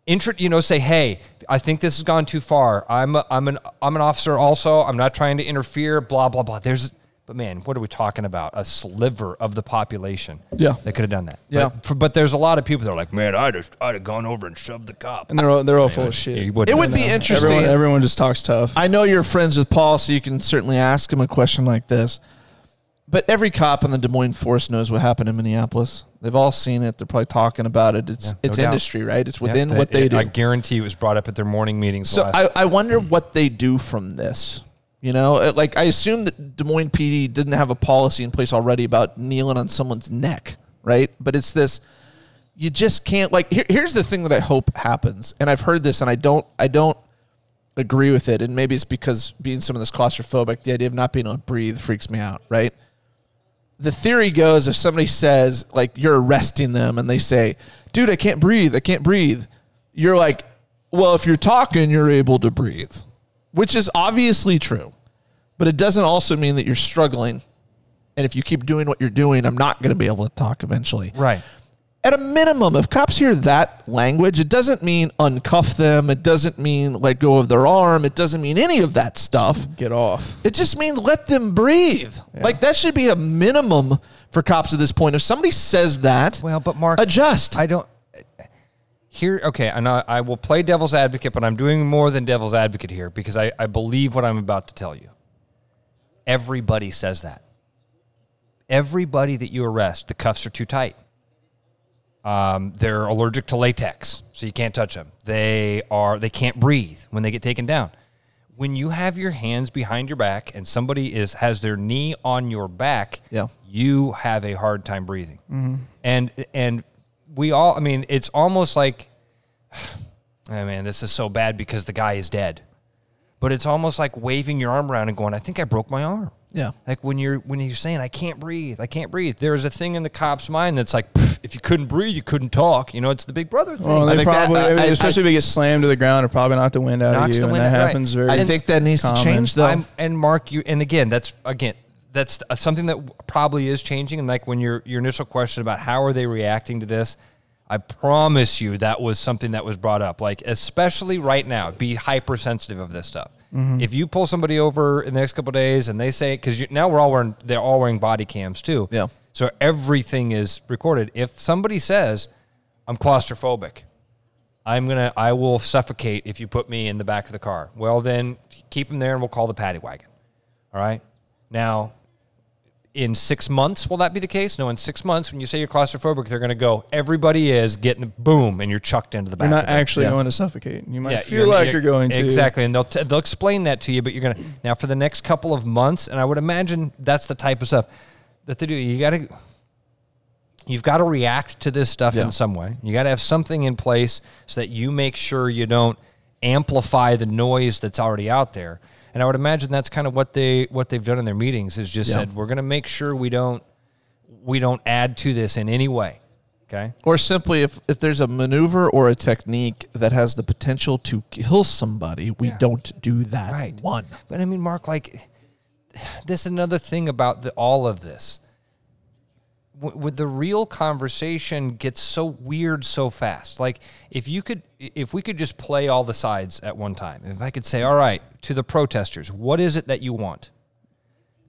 B: intro, you know, say, hey, I think this has gone too far. I'm a, I'm an I'm an officer also. I'm not trying to interfere. Blah blah blah. There's, but man, what are we talking about? A sliver of the population.
A: Yeah.
B: that could have done that.
A: Yeah.
B: but, for, but there's a lot of people that are like, man, I'd have, I'd have gone over and shoved the cop.
D: And they're all, they're all full of shit.
B: You wouldn't
A: It
B: have
A: would
B: done
A: be
B: that.
A: interesting.
D: Everyone, everyone just talks tough.
A: I know you're friends with Paul, so you can certainly ask him a question like this. But every cop in the Des Moines force knows what happened in Minneapolis. They've all seen it. They're probably talking about it. It's it's
B: doubt.
A: industry, right? It's
B: Yeah,
A: within
B: that-
A: what they
B: it-
A: do.
B: I guarantee it was brought up at their morning meetings.
A: So
B: last-
A: I, I wonder what they do from this. You know, It- like I assume that Des Moines PD didn't have a policy in place already about kneeling on someone's neck, right? But it's this you just can't like here, here's the thing that I hope happens. And I've heard this and I don't I don't agree with it, and maybe it's because being someone that's claustrophobic, the idea of not being able to breathe freaks me out, right? The theory goes if somebody says, like, you're arresting them and they say, dude, I can't breathe, I can't breathe, you're like, well, if you're talking, you're able to breathe, which is obviously true, but it doesn't also mean that you're struggling. And if you keep doing what you're doing, I'm not going to be able to talk eventually
B: Right.
A: at a minimum, if cops hear that language, it doesn't mean uncuff them. It doesn't mean let go of their arm. It doesn't mean any of that stuff.
D: Get off.
A: It just means let them breathe. Like that should be a minimum for cops at this point. If somebody says that,
B: Well, but Mark,
A: adjust.
B: I don't. Here, okay, and I, I will play devil's advocate, but I'm doing more than devil's advocate here because I, I believe what I'm about to tell you. Everybody says that. Everybody that you arrest, the cuffs are too tight. Um, they're allergic to latex, so you can't touch them. They are they can't breathe when they get taken down. When you have your hands behind your back and somebody is has their knee on your back,
A: Yeah.
B: you have a hard time breathing. And and we all, I mean, it's almost like, *sighs* oh man, this is so bad because the guy is dead. But it's almost like waving your arm around and going, I think I broke my arm.
A: yeah.
B: Like when you're when you're saying I can't breathe, I can't breathe. There is a thing in the cop's mind that's like, "Pff, if you couldn't breathe, you couldn't talk. You know, it's the Big Brother thing.
D: Well,
A: I
D: they
A: think that-
D: probably,
A: I- I-
D: especially if they get slammed to the ground, are probably not the wind out of
B: Knocks
D: you,
B: the
D: and
B: wind
D: that
B: out, right.
D: happens very.
A: I think that needs to
D: common.
A: change, though.
B: I'm, and Mark, you and again, that's again, that's uh, something that probably is changing. And like when your your initial question about how are they reacting to this, I promise you that was something that was brought up. Like especially right now, be hypersensitive of this stuff. If you pull somebody over in the next couple of days and they say, because now we're all wearing, they're all wearing body cams too.
A: Yeah.
B: So everything is recorded. If somebody says, "I'm claustrophobic," I'm gonna, I will suffocate if you put me in the back of the car. Well, then keep him there, and we'll call the paddy wagon. All right. Now, in six months, will that be the case? No, in six months, when you say you're claustrophobic, they're gonna go. Everybody is getting the boom, and you're chucked into the back.
D: You're not
B: of the
D: actually
A: Yeah.
D: going to suffocate. You might
B: yeah,
D: feel like you're going to.
B: exactly, and they'll t- they'll explain that to you. But you're gonna now for the next couple of months, and I would imagine that's the type of stuff that they do. You gotta you've got to react to this stuff
A: Yeah.
B: in some way. You got to have something in place so that you make sure you don't amplify the noise that's already out there. And I would imagine that's kind of what they what they've done in their meetings is just
A: Yeah.
B: said we're going to make sure we don't we don't add to this in any way. Okay.
A: or simply, if, if there's a maneuver or a technique that has the potential to kill somebody, we don't do that
B: right
A: one.
B: but i mean mark like this is another thing about the, all of this w- with the real conversation gets so weird so fast like if you could if we could just play all the sides at one time if i could say all right to the protesters what is it that you want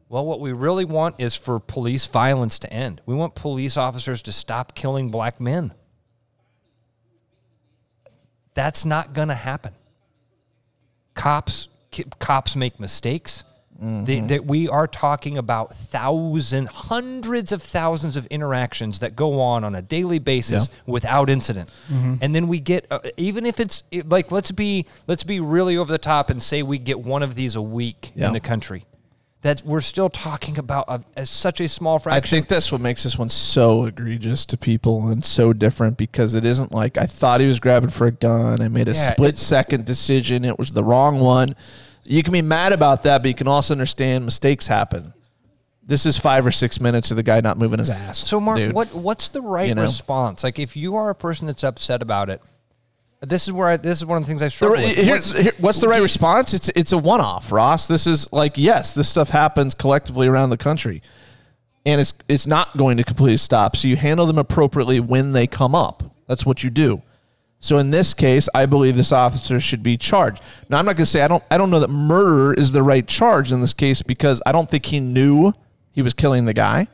B: well, what we really want is for police violence to end. We want police officers to stop killing black men. That's not going to happen cops ki- cops make mistakes They- that we are talking about thousands hundreds of thousands of interactions that go on on a daily basis without incident and then we get uh, even if it's it, like let's be let's be really over the top and say we get one of these a week
A: Yeah.
B: in the country that we're still talking about a, as such a small
A: I
B: fraction
A: think that's what makes this one so egregious to people and so different because it isn't like I thought he was grabbing for a gun. I made a
B: Yeah,
A: split second decision. It was the wrong one. You can be mad about that, but you can also understand mistakes happen. This is five or six minutes of the guy not moving his ass.
B: So, Mark,
A: dude.
B: what what's the right
A: You know?
B: response? Like, if you are a person that's upset about it, this is where I, this is one of the things I
A: The,
B: struggle with.
A: here's- here- what's the right response? It's it's a one off, Ross. This is like yes, this stuff happens collectively around the country, and it's it's not going to completely stop. So you handle them appropriately when they come up. That's what you do. So in this case, I believe this officer should be charged. Now I'm not going to say I don't I don't know that murder is the right charge in this case because I don't think he knew he was killing the guy.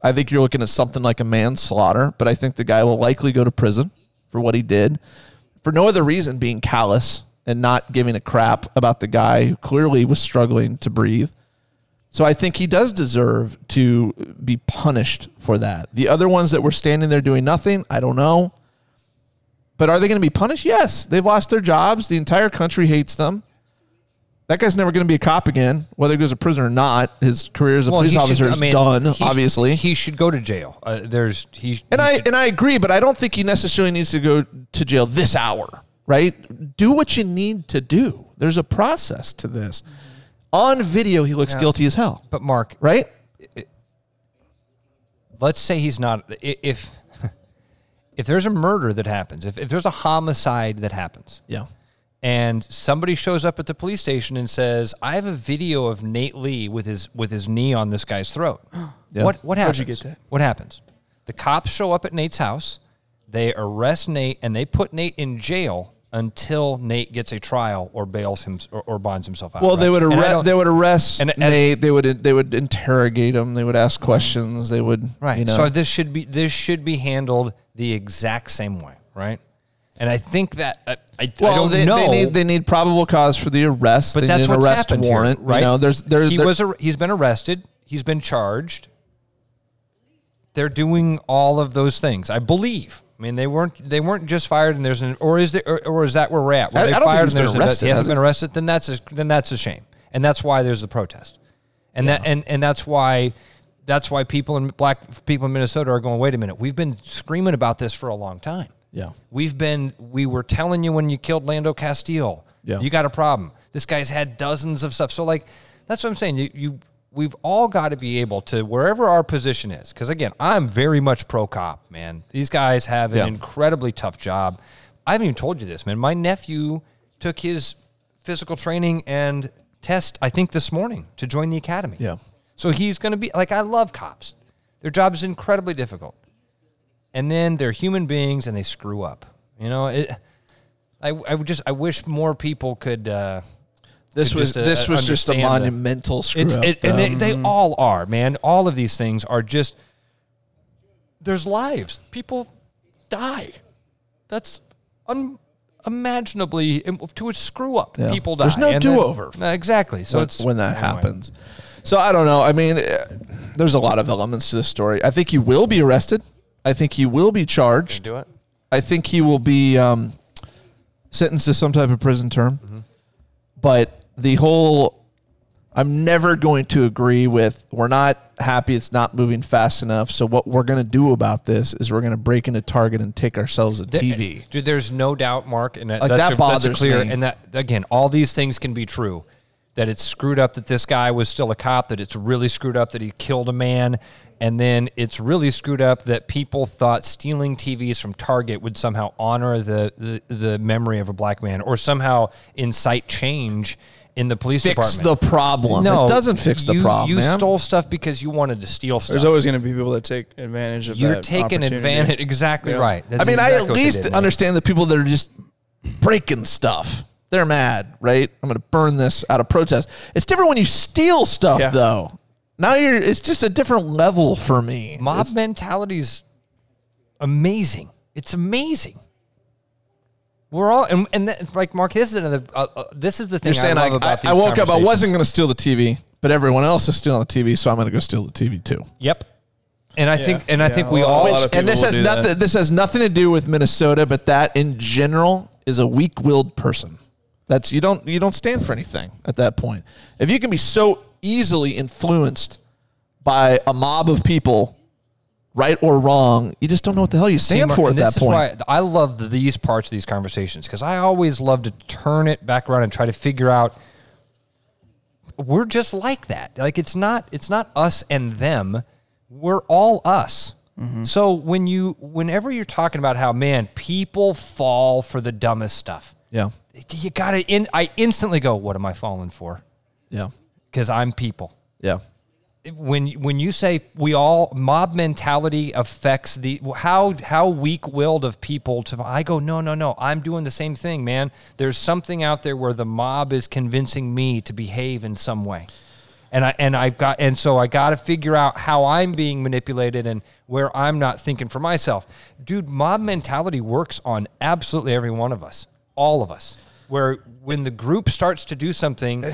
A: I think you're looking at something like a manslaughter, but I think the guy will likely go to prison for what he did for no other reason being callous and not giving a crap about the guy who clearly was struggling to breathe. So I think he does deserve to be punished for that. The other ones that were standing there doing nothing, I don't know. But are they going to be punished? Yes. They've lost their jobs. The entire country hates them. That guy's never going to be a cop again, whether he goes to prison or not. His career as a police
B: he should-
A: officer
B: I
A: is
B: mean,
A: done,
B: he-
A: obviously.
B: he should go to jail. Uh, there's he
A: And
B: he
A: I
B: should-
A: and I agree, but I don't think he necessarily needs to go to jail this hour. right? Do what you need to do. There's a process to this. On video, he looks guilty as hell,
B: But Mark,
A: right?
B: let's say he's not i- if *laughs* if there's a murder that happens, if, if there's a homicide that happens,
A: Yeah.
B: and somebody shows up at the police station and says, "I have a video of Nate Lee with his with his knee on this guy's throat."
A: *gasps* Yeah.
B: What what
D: How'd
B: happens?
D: you get that?
B: What happens? The cops show up at Nate's house. They arrest Nate and they put Nate in jail until Nate gets a trial or bails him or, or bonds himself out.
A: Well, they
B: right?
A: would
B: And I
A: arrest.
B: don't-
A: They would arrest
B: and as-
A: Nate. They would. They would interrogate him. They would ask questions. They would.
B: Right.
A: You know,
B: So this should be this should be handled the exact same way, right? And I think that I, I, I
A: well,
B: don't
A: they,
B: know.
A: they need they need probable cause for the arrest.
B: but
A: they
B: that's
A: need an
B: what's
A: arrest
B: happened here,
A: warrant.
B: right?
A: You know, there's there's
B: he
A: there-
B: was ar- he's been arrested. He's been charged. They're doing all of those things. I believe. I mean, they weren't they weren't just fired and there's an or is there or, or is that where we're at? Were
A: I-
B: they
A: I don't think
B: fired
A: he's
B: and there's
A: been
B: an-
A: arrested,
B: He hasn't
A: has he?
B: been arrested. Then that's a, then that's a shame, and that's why there's the protest, and that and and that's why. That's why people in black people in Minnesota are going. Wait a minute, we've been screaming about this for a long time.
A: Yeah.
B: We've been, we were telling you when you killed Lando Castile,
A: Yeah.
B: you got a problem. This guy's had dozens of stuff. So, like, that's what I'm saying. You, you, we've all got to be able to, wherever our position is, because again, I'm very much pro cop, man. These guys have an
A: Yeah.
B: incredibly tough job. I haven't even told you this, man. My nephew took his physical training and test, I think, this morning to join the academy.
A: Yeah.
B: So he's going to be like, I love cops. Their job is incredibly difficult and then they're human beings and they screw up. You know, it, I, I would just I wish more people could. Uh,
A: this
B: to
A: was
B: just, uh,
A: this was just a
B: understand the-
A: monumental screw
B: it's
A: up. Mm-hmm.
B: it, and they, they all are man. All of these things are just. There's lives. People die. That's unimaginably to a screw up.
A: Yeah.
B: People die.
A: There's no
B: and then-
A: do-over.
B: No, exactly. So
A: when,
B: it's
A: when that
B: anyway.
A: happens. So I don't know. I mean, eh, there's a lot of elements to this story. I think he will be arrested. I think he will be charged.
B: Do it.
A: I think he will be um, sentenced to some type of prison term. But the whole, I'm never going to agree with. We're not happy. It's not moving fast enough. So what we're going to do about this is we're going to break into Target and take ourselves a TV.
B: Dude, there's no doubt, Mark, and that,
A: Like,
B: that's,
A: Uh, that
B: a, that's a
A: bothers
B: clear.
A: me.
B: And that again, all these things can be true. That it's screwed up that this guy was still a cop. That it's really screwed up that he killed a man, and then it's really screwed up that people thought stealing TVs from Target would somehow honor the the, the memory of a black man or somehow incite change in the police
A: Fix
B: department.
A: the problem.
B: no,
A: it doesn't fix the
B: you-
A: problem.
B: You
A: man.
B: stole stuff because you wanted to steal stuff.
D: There's always going to be people that take advantage of
B: You're
D: that
B: taking
D: opportunity.
B: advantage. *laughs* Exactly
D: Yeah.
B: right.
A: I
B: That's
A: mean,
B: exactly
A: I at
B: what they
A: least
B: did, man.
A: understand the people that are just breaking stuff. They're mad, right? I'm going to burn this out of protest. It's different when you steal stuff,
D: Yeah.
A: though. Now you're, it's just a different level for me.
B: Mob mentality's amazing. It's amazing. We're all and, and that, like Mark. This is another. Uh, uh, this is the thing
A: You're saying
B: I
A: I,
B: love about
A: I,
B: these
A: I woke up, I
B: conversations.
A: wasn't going to steal the TV, but everyone else is stealing the TV, so I'm going to go steal the TV too.
B: Yep. And I think and I
D: yeah,
B: think
D: a
B: we
D: lot- a
B: all
D: lot of-
A: and
D: people
A: this
D: will
A: has
D: do that.
A: nothing. This has nothing to do with Minnesota, but that in general is a weak-willed person. That's you don't you don't stand for anything at that point. If you can be so easily influenced by a mob of people, right or wrong, you just don't know what the hell you stand
B: Mark,
A: for at
B: and
A: that
B: this
A: point.
B: is why I love these parts of these conversations because I always love to turn it back around and try to figure out. We're just like that. Like it's not it's not us and them. We're all us.
A: Mm-hmm.
B: So when you whenever you're talking about how man people fall for the dumbest stuff,
A: Yeah,
B: you gotta. In, I instantly go, what am I falling for?
A: yeah,
B: Because I'm people
A: yeah.
B: when when you say we all mob mentality affects the how how weak willed of people to I go no no no I'm doing the same thing man there's something out there where the mob is convincing me to behave in some way and I and I've got and so I got to figure out how I'm being manipulated and where I'm not thinking for myself dude mob mentality works on absolutely every one of us all of us where when the group starts to do something
A: Uh,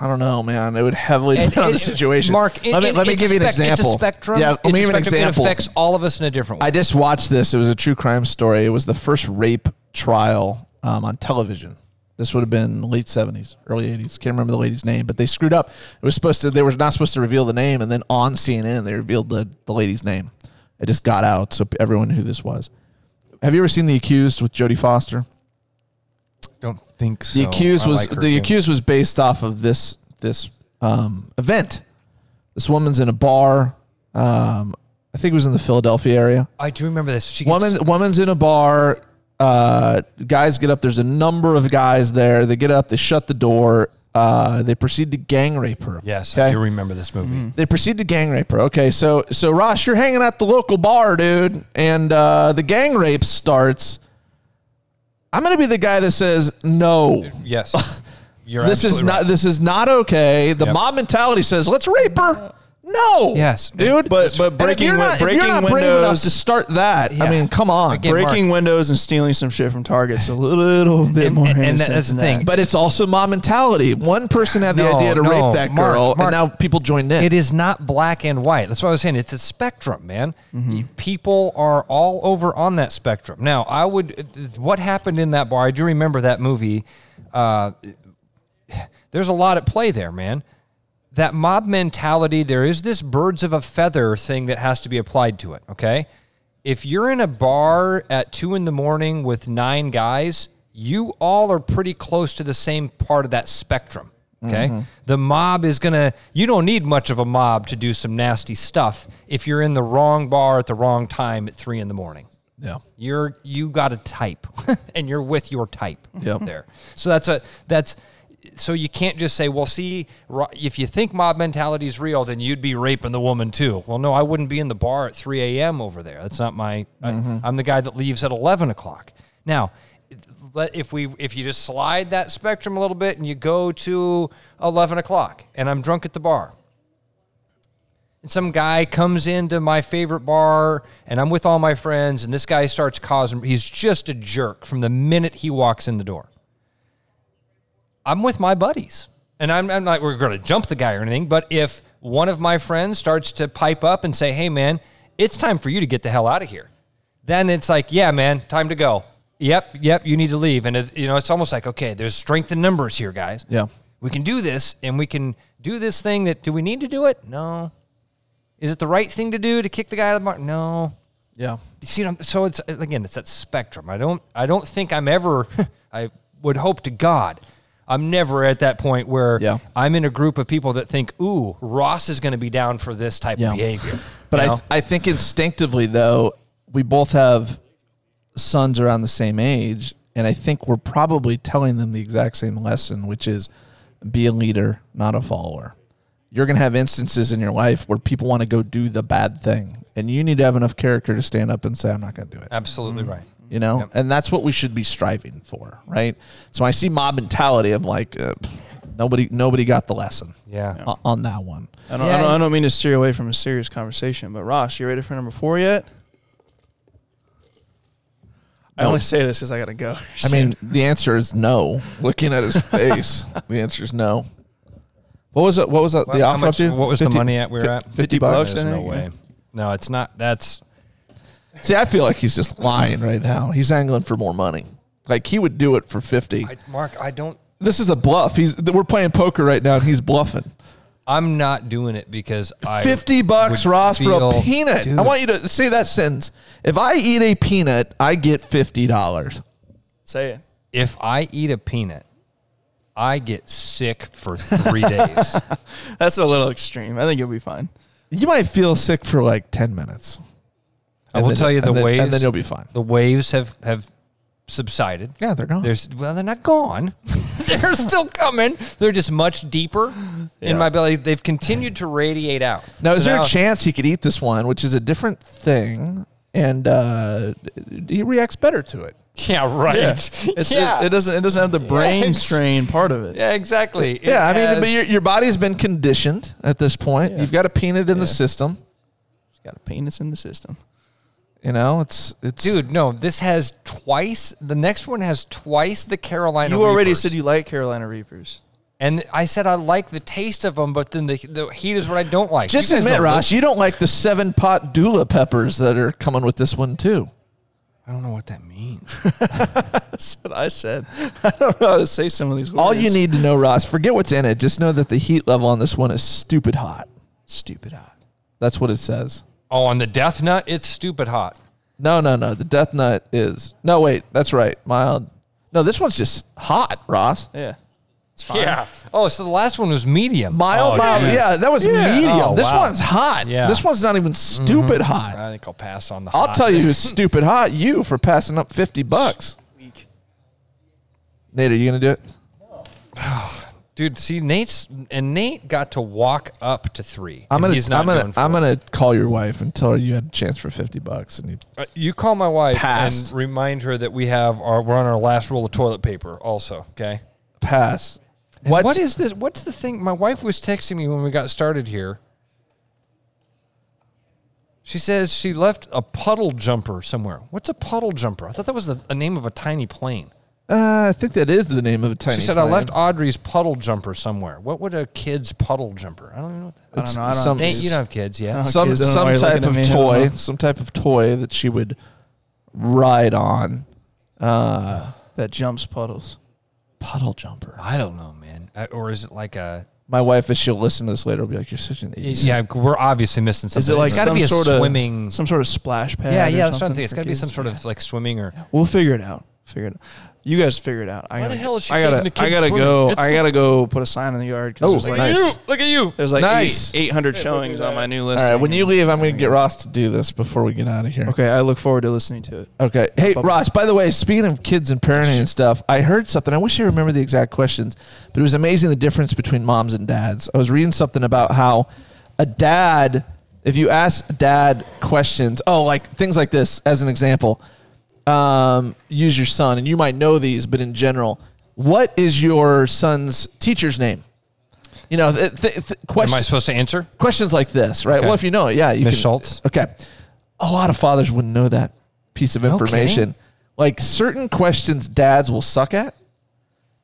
A: I don't know, man. It would heavily
B: and
A: depend on
B: it-
A: the situation.
B: Mark, it-
A: let me,
B: it-
A: let me
B: it's
A: give you
B: a
A: an
B: spec-
A: example.
B: It's a spectrum.
A: Yeah,
B: It's
A: let me
B: a
A: give you an
B: spectrum.
A: example.
B: It affects all of us in a different way.
A: I just watched this. It was a true crime story. It was the first rape trial um, on television. This would have been late seventies, early eighties. Can't remember the lady's name, but they screwed up. It was supposed to. They were not supposed to reveal the name, and then on CNN they revealed the the lady's name. It just got out, so everyone knew who this was. Have you ever seen The Accused with Jodie Foster?
B: don't think so.
A: The accused
B: I
A: was
B: like her
A: the
B: game.
A: accused was based off of this this um, event. This woman's in a bar. Um, I think it was in the Philadelphia area.
B: I do remember this. She gets,
A: Woman woman's in a bar. Uh, guys get up. There's a number of guys there. They get up. They shut the door. Uh, they proceed to gang rape her.
B: Yes, I
A: Okay?
B: do remember this movie.
A: they proceed to gang rape her. Okay, so so Ross, you're hanging out the local bar, dude, and uh, the gang rape starts. I'm gonna be the guy that says no.
B: Yes, *laughs* you're
A: This is
B: absolutely
A: not
B: right.
A: this is not okay. The mob mentality says let's rape her. No.
B: Yes.
A: dude.
D: But- but
A: And if
D: breaking
A: you're
D: win-
A: not, if you're
D: breaking
A: not brave enough
D: windows-
A: to start that. I
B: Yeah.
A: mean, come on.
B: Again,
D: breaking windows and stealing some shit from Target's a little bit
B: And-
D: more
B: and- and
D: innocent
B: that's the
D: than that.
B: thing.
A: But it's also mob mentality. One person had the
B: No,
A: idea to
B: no,
A: rape that
B: Mark,
A: girl,
B: Mark.
A: and now people joined in.
B: It is not black and white. That's what I was saying. It's a spectrum, man. People are all over on that spectrum. Now, I would. What happened in that bar? I do remember that movie. Uh, there's a lot at play there, man. That mob mentality, there is this birds of a feather thing that has to be applied to it, okay? If you're in a bar at two in the morning with nine guys, you all are pretty close to the same part of that spectrum, okay? The mob is gonna, you don't need much of a mob to do some nasty stuff if you're in the wrong bar at the wrong time at three in the morning.
A: yeah.
B: You're you got a type, *laughs* and you're with your type
A: Yep.
B: there. So that's a that's so you can't just say, well, see, ro- if you think mob mentality is real, then you'd be raping the woman too. Well, no, I wouldn't be in the bar at 3 a.m. over there. That's not my. I, I'm the guy that leaves at 11 o'clock. Now, let- if we if you just slide that spectrum a little bit and you go to 11 o'clock, and I'm drunk at the bar, and some guy comes into my favorite bar and I'm with all my friends and this guy starts causing he's just a jerk from the minute he walks in the door. I'm with my buddies. And I'm, I'm not we're going to jump the guy or anything, but if one of my friends starts to pipe up and say, "Hey man, it's time for you to get the hell out of here." Then it's like, "Yeah, man, time to go." Yep, yep, you need to leave. And it, you know, it's almost like, "Okay, there's strength in numbers here, guys."
A: Yeah.
B: We can do this and we can do this thing that do we need to do it? No. Is it the right thing to do to kick the guy out of the bar? No.
A: Yeah.
B: You see, I'm- so it's again, it's that spectrum. I don't, I don't think I'm ever. *laughs* I would hope to God, I'm never at that point where
A: Yeah.
B: I'm in a group of people that think, "Ooh, Ross is going to be down for this type
A: Yeah.
B: of behavior."
A: But
B: You
A: I,
B: know?
A: I think instinctively, though, we both have sons around the same age. And I think we're probably telling them the exact same lesson, which is be a leader, not a follower. You're going to have instances in your life where people want to go do the bad thing. And you need to have enough character to stand up and say, I'm not going to do it
B: absolutely
A: Mm-hmm.
B: right.
A: you know
B: Yep.
A: and that's what we should be striving for right so when i see mob mentality i'm like uh, pff, nobody nobody got the lesson
B: Yeah.
A: o- on that one
D: I don't,
B: Yeah,
D: I, don't,
B: and-
D: I don't mean to steer away from a serious conversation, but Ross, you ready for number four yet? I
A: No.
D: only say this because I gotta go.
A: i mean the answer is no looking
B: *laughs*
A: at his face the answer is no what was it what was that
B: Well,
A: the
B: how
A: offer up
B: much-
A: to
B: What was the
A: 50
B: money at we were at?
D: 50 bucks,
B: There's
D: I
B: no
D: think,
B: way. No, it's not. That's eh?
A: see i feel like he's just lying right now he's angling for more money like he would do it for 50
B: I, Mark. I don't.
A: this is a bluff he's th- we're playing poker right now and he's bluffing
B: I'm not doing it because I
A: 50 bucks,
B: would
A: Ross, for
B: feel-
A: a peanut.
B: Dude,
A: I want you to say that sentence. If I eat a peanut, I get $50.
D: *laughs* say it.
B: if I eat a peanut, I get sick for three days.
A: *laughs*
D: That's a little extreme. I think you'll be fine.
A: You might feel sick for like 10 minutes.
B: I will
A: then-
B: tell you the
A: and then-
B: waves.
A: And then you'll be fine.
B: The waves have have subsided.
A: Yeah, they're gone.
B: There's well, they're not gone. *laughs* they're still coming. They're just much deeper in my belly. They've continued to radiate out.
A: Now, is
B: So
A: there
B: now-
A: a chance he could eat this one, which is a different thing, and uh, he reacts better to it?
B: *laughs* Yeah, right. *laughs* Yeah,
D: It's,
B: yeah.
D: it, it doesn't. It doesn't have the brain
B: it's-
D: strain part of it.
B: exactly. It
A: yeah, I mean,
B: has-
A: but your, your body's been conditioned at this point. You've got a peanut in the
D: Yeah.
A: system.
D: It's got a penis in the system.
A: You know, it's it's
B: dude, no. This has twice. The next one has twice the Carolina.
D: You already
B: Reapers.
D: said you like Carolina Reapers. *laughs*
B: And I said I like the taste of them, but then the, the heat is what I don't like.
A: Just
B: You guys
A: admit,
B: know
A: Ross,
B: this.
A: you don't like the seven pot doula peppers that are coming with this one too.
B: I don't know what that means.
D: That's what I said. I don't know how to say some of these words.
A: All you need to know, Ross, forget what's in it. Just know that the heat level on this one is stupid hot.
D: Stupid hot.
A: That's what it says.
B: Oh, on the death nut, it's stupid hot.
A: No, no, no. The death nut is no. Wait, that's right. Mild No, this one's just hot, Ross.
D: Yeah. It's fine.
B: Yeah. Oh, so the last one was medium.
A: Mild,
B: Oh,
A: mild.
B: geez.
A: Yeah, that was
D: Yeah.
A: medium.
B: Oh,
A: this
B: wow.
A: one's hot.
B: Yeah. Mm-hmm.
A: This one's not even stupid hot.
B: I think I'll pass on the.
A: I'll
B: hot.
A: tell you who's stupid hot. You for passing up 50 bucks. Nate, are you going to do it?
B: dude. See, Nate's and Nate got to walk up to three.
A: I'm
B: and
A: gonna,
B: He's not
A: I'm gonna,
B: going for
A: I'm
B: it.
A: gonna call your wife and tell her you had a chance for 50 bucks, and you
B: Uh, You call my wife
A: Pass.
B: and remind her that we have our we're on our last roll of toilet paper. Also, okay.
A: pass.
B: What's,
A: What?
B: this? What's the thing? My wife was texting me when we got started here. She says she left a puddle jumper somewhere. What's a puddle jumper? I thought that was the a name of a tiny plane.
A: Uh, I think that is the name of a tiny.
B: She said I
A: plane.
B: left Audrey's puddle jumper somewhere. What would a kid's puddle jumper? I don't even know. What that,
D: I don't
A: It's
D: know. I don't
A: some-
D: know.
B: Nate, you don't have kids yet.
D: Uh-huh.
A: some
D: Kids, I don't know why
A: some
D: you're
A: type
D: looking
A: of
D: at me. I don't
A: toy,
D: know.
A: some type of toy that she would ride on. Uh,
D: That jumps puddles.
A: puddle jumper.
B: *laughs* I don't know, man. I, or is it like a?
A: My wife, if she'll listen to this later, will be like, "You're such an idiot."
B: Yeah, we're obviously missing something.
D: Is it like
B: it's got to
D: some
B: be a
D: sort
B: swimming?
D: of some sort of splash pad?
B: yeah,
D: or
B: yeah, that's what I'm
D: something
B: thinking. It's
D: for
B: got to be
D: kids?
B: some sort of like swimming or.
D: We'll figure it out. Figure it. out. You guys figure it out. I
B: Why the
D: gotta-
B: hell is she
D: I
B: taking
D: gotta,
B: the kids
D: I gotta
B: swimming?
D: go.
B: It's
D: I
B: the-
D: gotta go put a sign in the yard. 'cause
A: Oh,
D: there's like,
A: nice.
B: Look at you.
D: There's like
A: Nice.
D: eight hundred showings on my new list.
A: All right. When you leave, I'm going to get Ross to do this before we get out of here.
D: okay, I look forward to listening to it.
A: Okay. Hey, Ross, by the way, speaking of kids and parenting and stuff, I heard something. I wish I remember the exact questions, but it was amazing the difference between moms and dads. I was reading something about how a dad, if you ask dad questions, oh, like things like this, as an example, um, use your son, and you might know these, but in general, what is your son's teacher's name? You know, th- th- th-
B: Am I
A: questions,
B: supposed to answer?
A: questions like this, right?
B: Okay.
A: Well, if you know it, yeah. You
B: Ms. Schultz?
A: Okay. A lot of fathers wouldn't know that piece of information. Like certain questions dads will suck at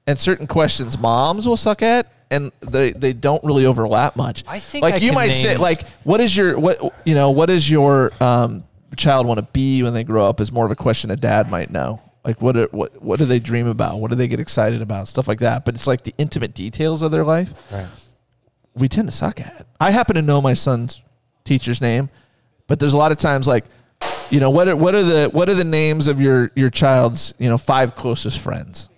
A: and certain questions moms will suck at and they, they don't really overlap much.
B: I think
A: like
B: I
A: you
B: can
A: might say
B: name-
A: like what is your what you know, what is your um, child want to be when they grow up is more of a question a dad might know. Like what are, what what do they dream about? What do they get excited about? Stuff like that. But it's like the intimate details of their life
B: Right.
A: we tend to suck at. I happen to know my son's teacher's name, but there's a lot of times like, you know, what are what are the what are the names of your your child's you know five closest friends?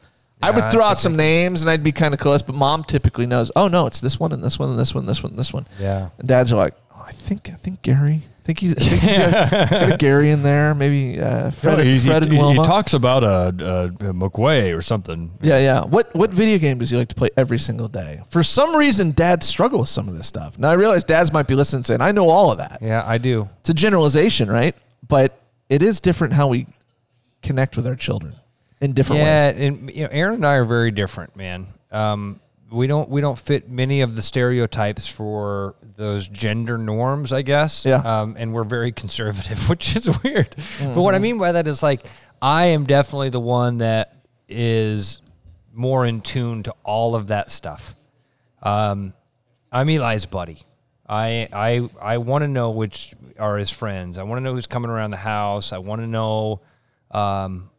A: I
B: Yeah,
A: would throw
B: I
A: out some names and I'd be kind of close, but mom typically knows. Oh no, it's this one and this one and this one, this one, and this one.
B: Yeah.
A: And dads are like, oh, I think I think Gary. I think he's, I think he's got, he's
B: *laughs*
A: got a Gary in there. Maybe uh, Fred, Fred and Wilma.
B: talks about a, a, McWay or something.
A: Yeah, yeah. What what video game does he like to play every single day? For some reason, dads struggle with some of this stuff. Now I realize dads might be listening saying, I know all of that.
B: Yeah, I do.
A: It's a generalization, right? But it is different how we connect with our children in different
B: Yeah,
A: ways.
B: and you know, Aaron and I are very different, man. Um, we don't we don't fit many of the stereotypes for those gender norms, I guess.
A: Yeah.
B: Um, and we're very *laughs* conservative, which is weird. But
A: Mm-hmm.
B: what I mean by that is like I am definitely the one that is more in tune to all of that stuff. Um, I'm Eli's buddy. I I I want to know which are his friends. I want to know who's coming around the house. I want to know um,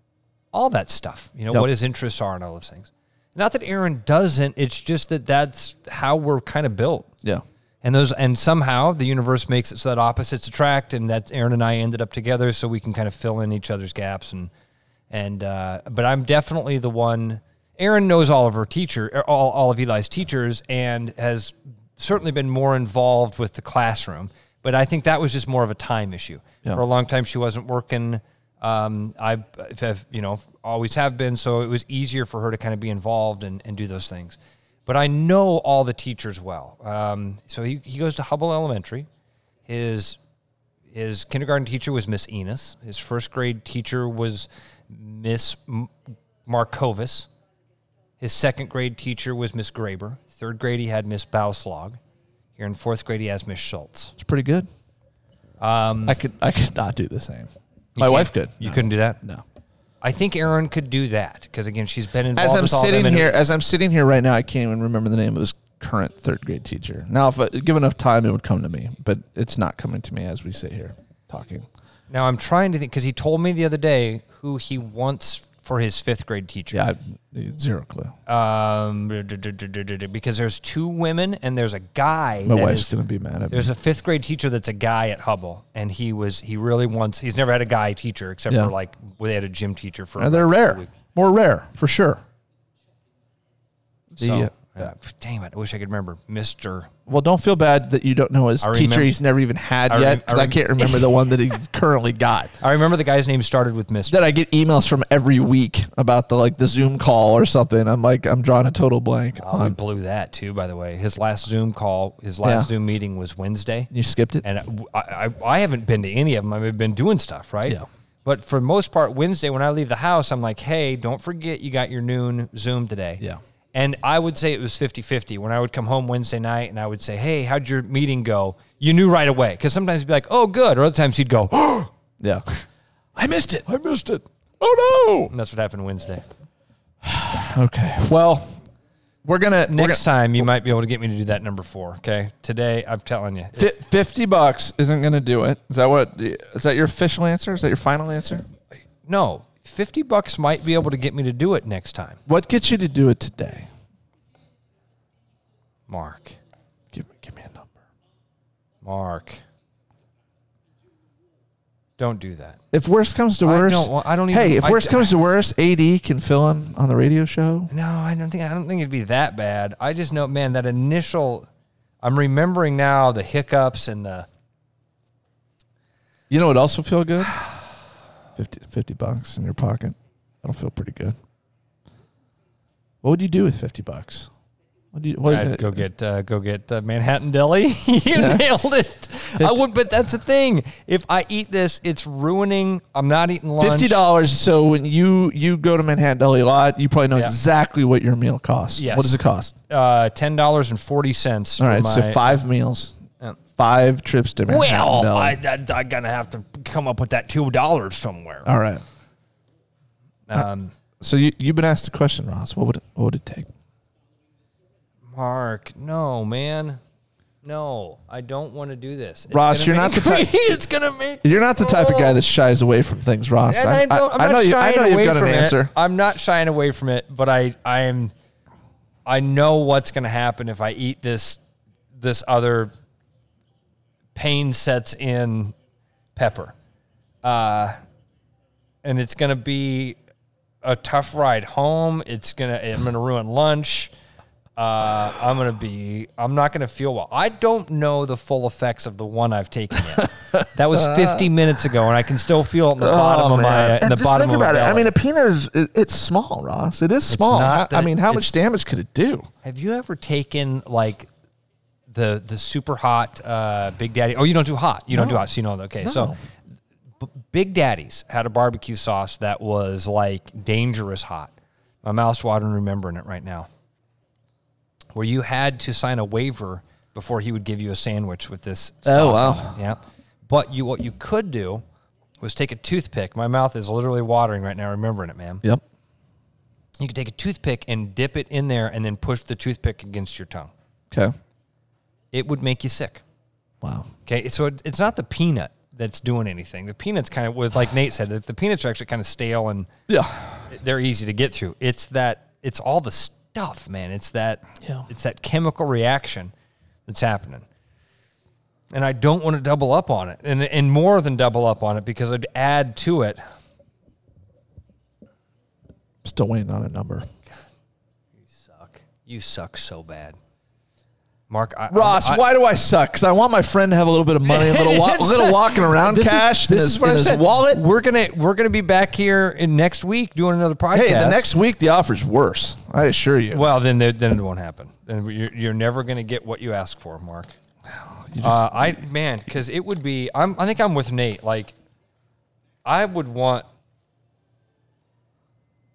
B: all that stuff. You know
A: Yep.
B: what his interests are and all those things. Not that Aaron doesn't. It's just that that's how we're kind of built.
A: Yeah.
B: And those and somehow the universe makes it so that opposites attract, and that Aaron and I ended up together, so we can kind of fill in each other's gaps. And and uh, but I'm definitely the one. Aaron knows all of her teacher, er, all all of Eli's teachers, and has certainly been more involved with the classroom. But I think that was just more of a time issue.
A: Yeah.
B: For a long time, she wasn't working. Um, I have you know always have been, so it was easier for her to kind of be involved and, and do those things but I know all the teachers well. Um, so he, he goes to Hubble Elementary. His his kindergarten teacher was Miss Enos. His first grade teacher was Miss M- Markovis. His second grade teacher was Miss Graber. Third grade he had Miss Bauslog. Here in fourth grade he has Miss Schultz.
A: It's pretty good. Um, I could I could not do the same.
B: You
A: My
B: can't-
A: wife could.
B: You
A: No,
B: couldn't do that.
A: No.
B: I think Aaron could do that because again she's been involved.
A: As I'm
B: with all of
A: sitting
B: them and-
A: here, as I'm sitting here right now, I can't even remember the name of his current third grade teacher. Now, if I, give enough time, it would come to me, but it's not coming to me as we sit here talking.
B: now I'm trying to think because he told me the other day who he wants for his fifth grade teacher.
A: Yeah, I, zero clue.
B: um, because there's two women and there's a guy.
A: My
B: that
A: wife's
B: is-
A: gonna be mad at me.
B: There's a fifth grade teacher that's a guy at Hubble, and he was he really wants. He's never had a guy teacher except
A: Yeah.
B: for like well, they had a gym teacher for.
A: And they're
B: like, a
A: rare.
B: week.
A: more rare for sure. The,
B: So,
A: uh,
B: uh, damn it! I wish I could remember Mister.
A: well, don't feel bad that you don't know his
B: I
A: teacher
B: remember-
A: he's never even had
B: I rem-
A: yet
B: I
A: because I,
B: rem-
A: can't remember the one that he currently got.
B: I remember the guy's name started with Mister.
A: That I get emails from every week about the like the Zoom call or something. I'm like I'm drawing a total blank.
B: Oh, we blew that too. By the way, his last Zoom call, his last
A: Yeah.
B: Zoom meeting was Wednesday.
A: You skipped it.
B: and I, I, I haven't been to any of them. I've been doing stuff, right?
A: Yeah.
B: But for the most part, Wednesday when I leave the house, I'm like, hey, don't forget you got your noon Zoom today.
A: Yeah.
B: And I would say it was 50 50 when I would come home Wednesday night and I would say, hey, how'd your meeting go? You knew right away. Because sometimes he'd be like, oh, good. Or other times he'd go, *gasps* oh,
A: yeah, I missed it.
B: I missed it.
A: Oh
B: And that's what happened Wednesday.
A: no. Okay. Well, we're gonna we're
B: Next time, you might be able to get me to do that number four. Okay. Today, I'm telling you.
A: Fi Fifty bucks isn't going to do it. Is that what? Is that your official answer? Is that your final answer?
B: No, 50 bucks might be able to get me to do it next time.
A: What gets you to do it today?
B: Mark.
A: Give me, give me a number.
B: Mark. Don't do that.
A: If worst comes to
B: I
A: worst,
B: don't want- I don't
A: Hey,
B: even-
A: if
B: I-
A: worst comes to worst, AD can fill in on the radio show.
B: *sighs* No, I don't think I don't think it'd be that bad. I just know, man, that initial I'm remembering now the hiccups and the
A: You know what else will feel good? *sighs* 50, 50 bucks in your pocket. That'll feel pretty good. What would you do with fifty bucks? What do you? What,
B: I'd go get uh, go get uh, Manhattan Deli. *laughs* you nailed it. I would, but that's the thing. If I eat this, it's ruining. I'm not eating lunch.
A: Fifty dollars. So when you you go to Manhattan Deli a lot, you probably know
B: Yeah.
A: exactly what your meal costs.
B: Yes.
A: What does it cost?
B: uh, ten dollars and forty cents.
A: All right, so five meals,
B: uh, Yeah.
A: five trips to Manhattan.
B: Well,
A: Valley.
B: I, I, I'm gonna have to come up with that two dollars somewhere.
A: all right. Uh,
B: Um,
A: So you you've been asked a question, Ross. What would it, what would it take?
B: Mark, no, man. No, I don't want to do this. It's
A: Ross,
B: gonna
A: you're not
B: make
A: the
B: me-
A: type-
B: *laughs* it's gonna make.
A: You're not the type of guy that shies away from things, Ross.
B: And I, don't, I'm
A: Oh. I
B: not
A: know you. I
B: shying
A: know
B: away
A: you've got an
B: from it.
A: answer.
B: I'm not shying away from it, but I, I am, I know what's gonna happen if I eat this, this other. Pain sets in, pepper, uh, and it's gonna be a tough ride home. It's gonna, I'm gonna ruin lunch. uh, I'm gonna be. I'm not gonna feel well. I don't know the full effects of the one I've taken yet. that was 50 minutes ago, and I can still feel
A: *laughs*
B: it in the bottom of my.
A: and
B: In the
A: Oh, just
B: bottom
A: think
B: of my
A: about it. I
B: belly.
A: mean, a peanut is it, it's small, Ross. It is small.
B: not
A: I, I
B: that-
A: mean, how
B: it's-
A: much damage could it do?
B: have you ever taken like the the super hot uh, Big Daddy? Oh, you don't do hot. You don't do hot. So you know. Okay, so
A: No.
B: B- Big Daddy's had a barbecue sauce that was like dangerous hot. My mouth's watering remembering it right now. Where you had to sign a waiver before he would give you a sandwich with this.
A: Oh,
B: sauce on
A: wow.
B: it, Yeah, but you what you could do was take a toothpick. My mouth is literally watering right now remembering it, man.
A: Yep.
B: You could take a toothpick and dip it in there and then push the toothpick against your tongue.
A: Okay.
B: It would make you sick.
A: Wow.
B: Okay, so it, it's not the peanut that's doing anything. The peanuts kind of was like Nate said that the peanuts are actually kind of stale and
A: Yeah.
B: they're easy to get through. It's that it's all the stuff, man. It's that
A: Yeah.
B: it's that chemical reaction that's happening. And I don't want to double up on it. And and more than double up on it because I'd add to it.
A: Still waiting on a number.
B: Suck. You suck so bad. Mark I,
A: Ross,
B: I, I-
A: why do I suck? Because I want my friend to have a little bit of
B: *laughs*
A: money, a little, wa-
B: It's-
A: little walking around
B: This is-
A: cash in
B: this
A: his,
B: is what
A: in
B: I
A: his
B: said.
A: wallet.
B: We're gonna we're gonna be back here in next week doing another podcast.
A: Hey, the next week the offer's worse. I assure you.
B: Well, then there- then it won't happen. Then you're, you're never gonna get what you ask for, Mark. uh, I man, because it would be. I'm, I think I'm with Nate. Like, I would want.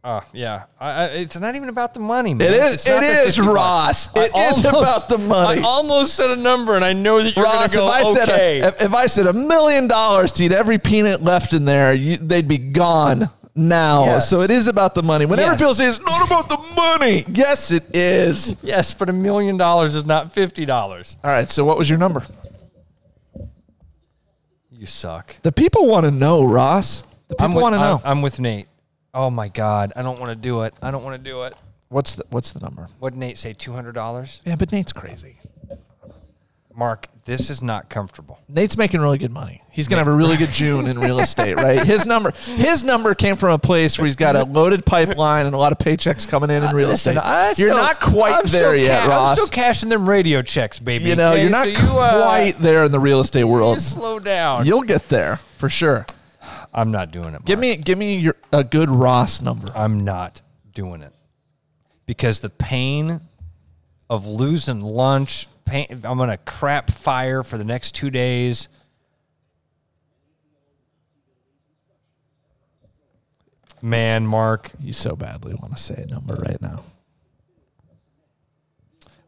B: Uh, yeah, I, I, it's not even about the money, man.
A: It is-
B: It's not
A: it
B: the
A: is,
B: 50 bucks.
A: Ross.
B: I
A: It is about the money.
B: I almost said a number, and I know that you're
A: Ross, if
B: gonna
A: I
B: go
A: said
B: okay.
A: a, if, if I said a million dollars to eat every peanut left in there, you, they'd be gone now.
B: Yes.
A: So it is about the money. Whenever
B: Yes.
A: Bill says it's not about the money, yes, it is.
B: yes, but a million dollars is not fifty dollars.
A: All right. So what was your number?
B: You suck.
A: The people want to know, Ross. The people
B: with-
A: want to know.
B: I'm with Nate. Oh my God, I don't want to do it. I don't want to do it.
A: what's the What's the number?
B: What did Nate say? Two hundred dollars?
A: Yeah, but Nate's crazy.
B: Mark, this is not comfortable.
A: Nate's making really good money. He's gonna have a really good June in real estate, right? His number, his number came from a place where he's got a loaded pipeline and a lot of paychecks coming in in real
B: Uh, Listen,
A: estate.
B: I
A: You're
B: still-
A: not quite
B: I'm
A: there
B: still
A: yet,
B: ca- I'm
A: Ross.
B: still cashing them radio checks, baby.
A: you know,
B: okay?
A: you're not
B: So you, uh,
A: quite there in the real estate
B: you
A: world.
B: slow down.
A: You'll get there for sure.
B: I'm not doing it.
A: Give me,
B: Mark.
A: give me your a good Ross number.
B: I'm not doing it because the pain of losing lunch. Pain, I'm gonna crap fire for the next two days. Man, Mark.
A: You so badly want to say a number right now.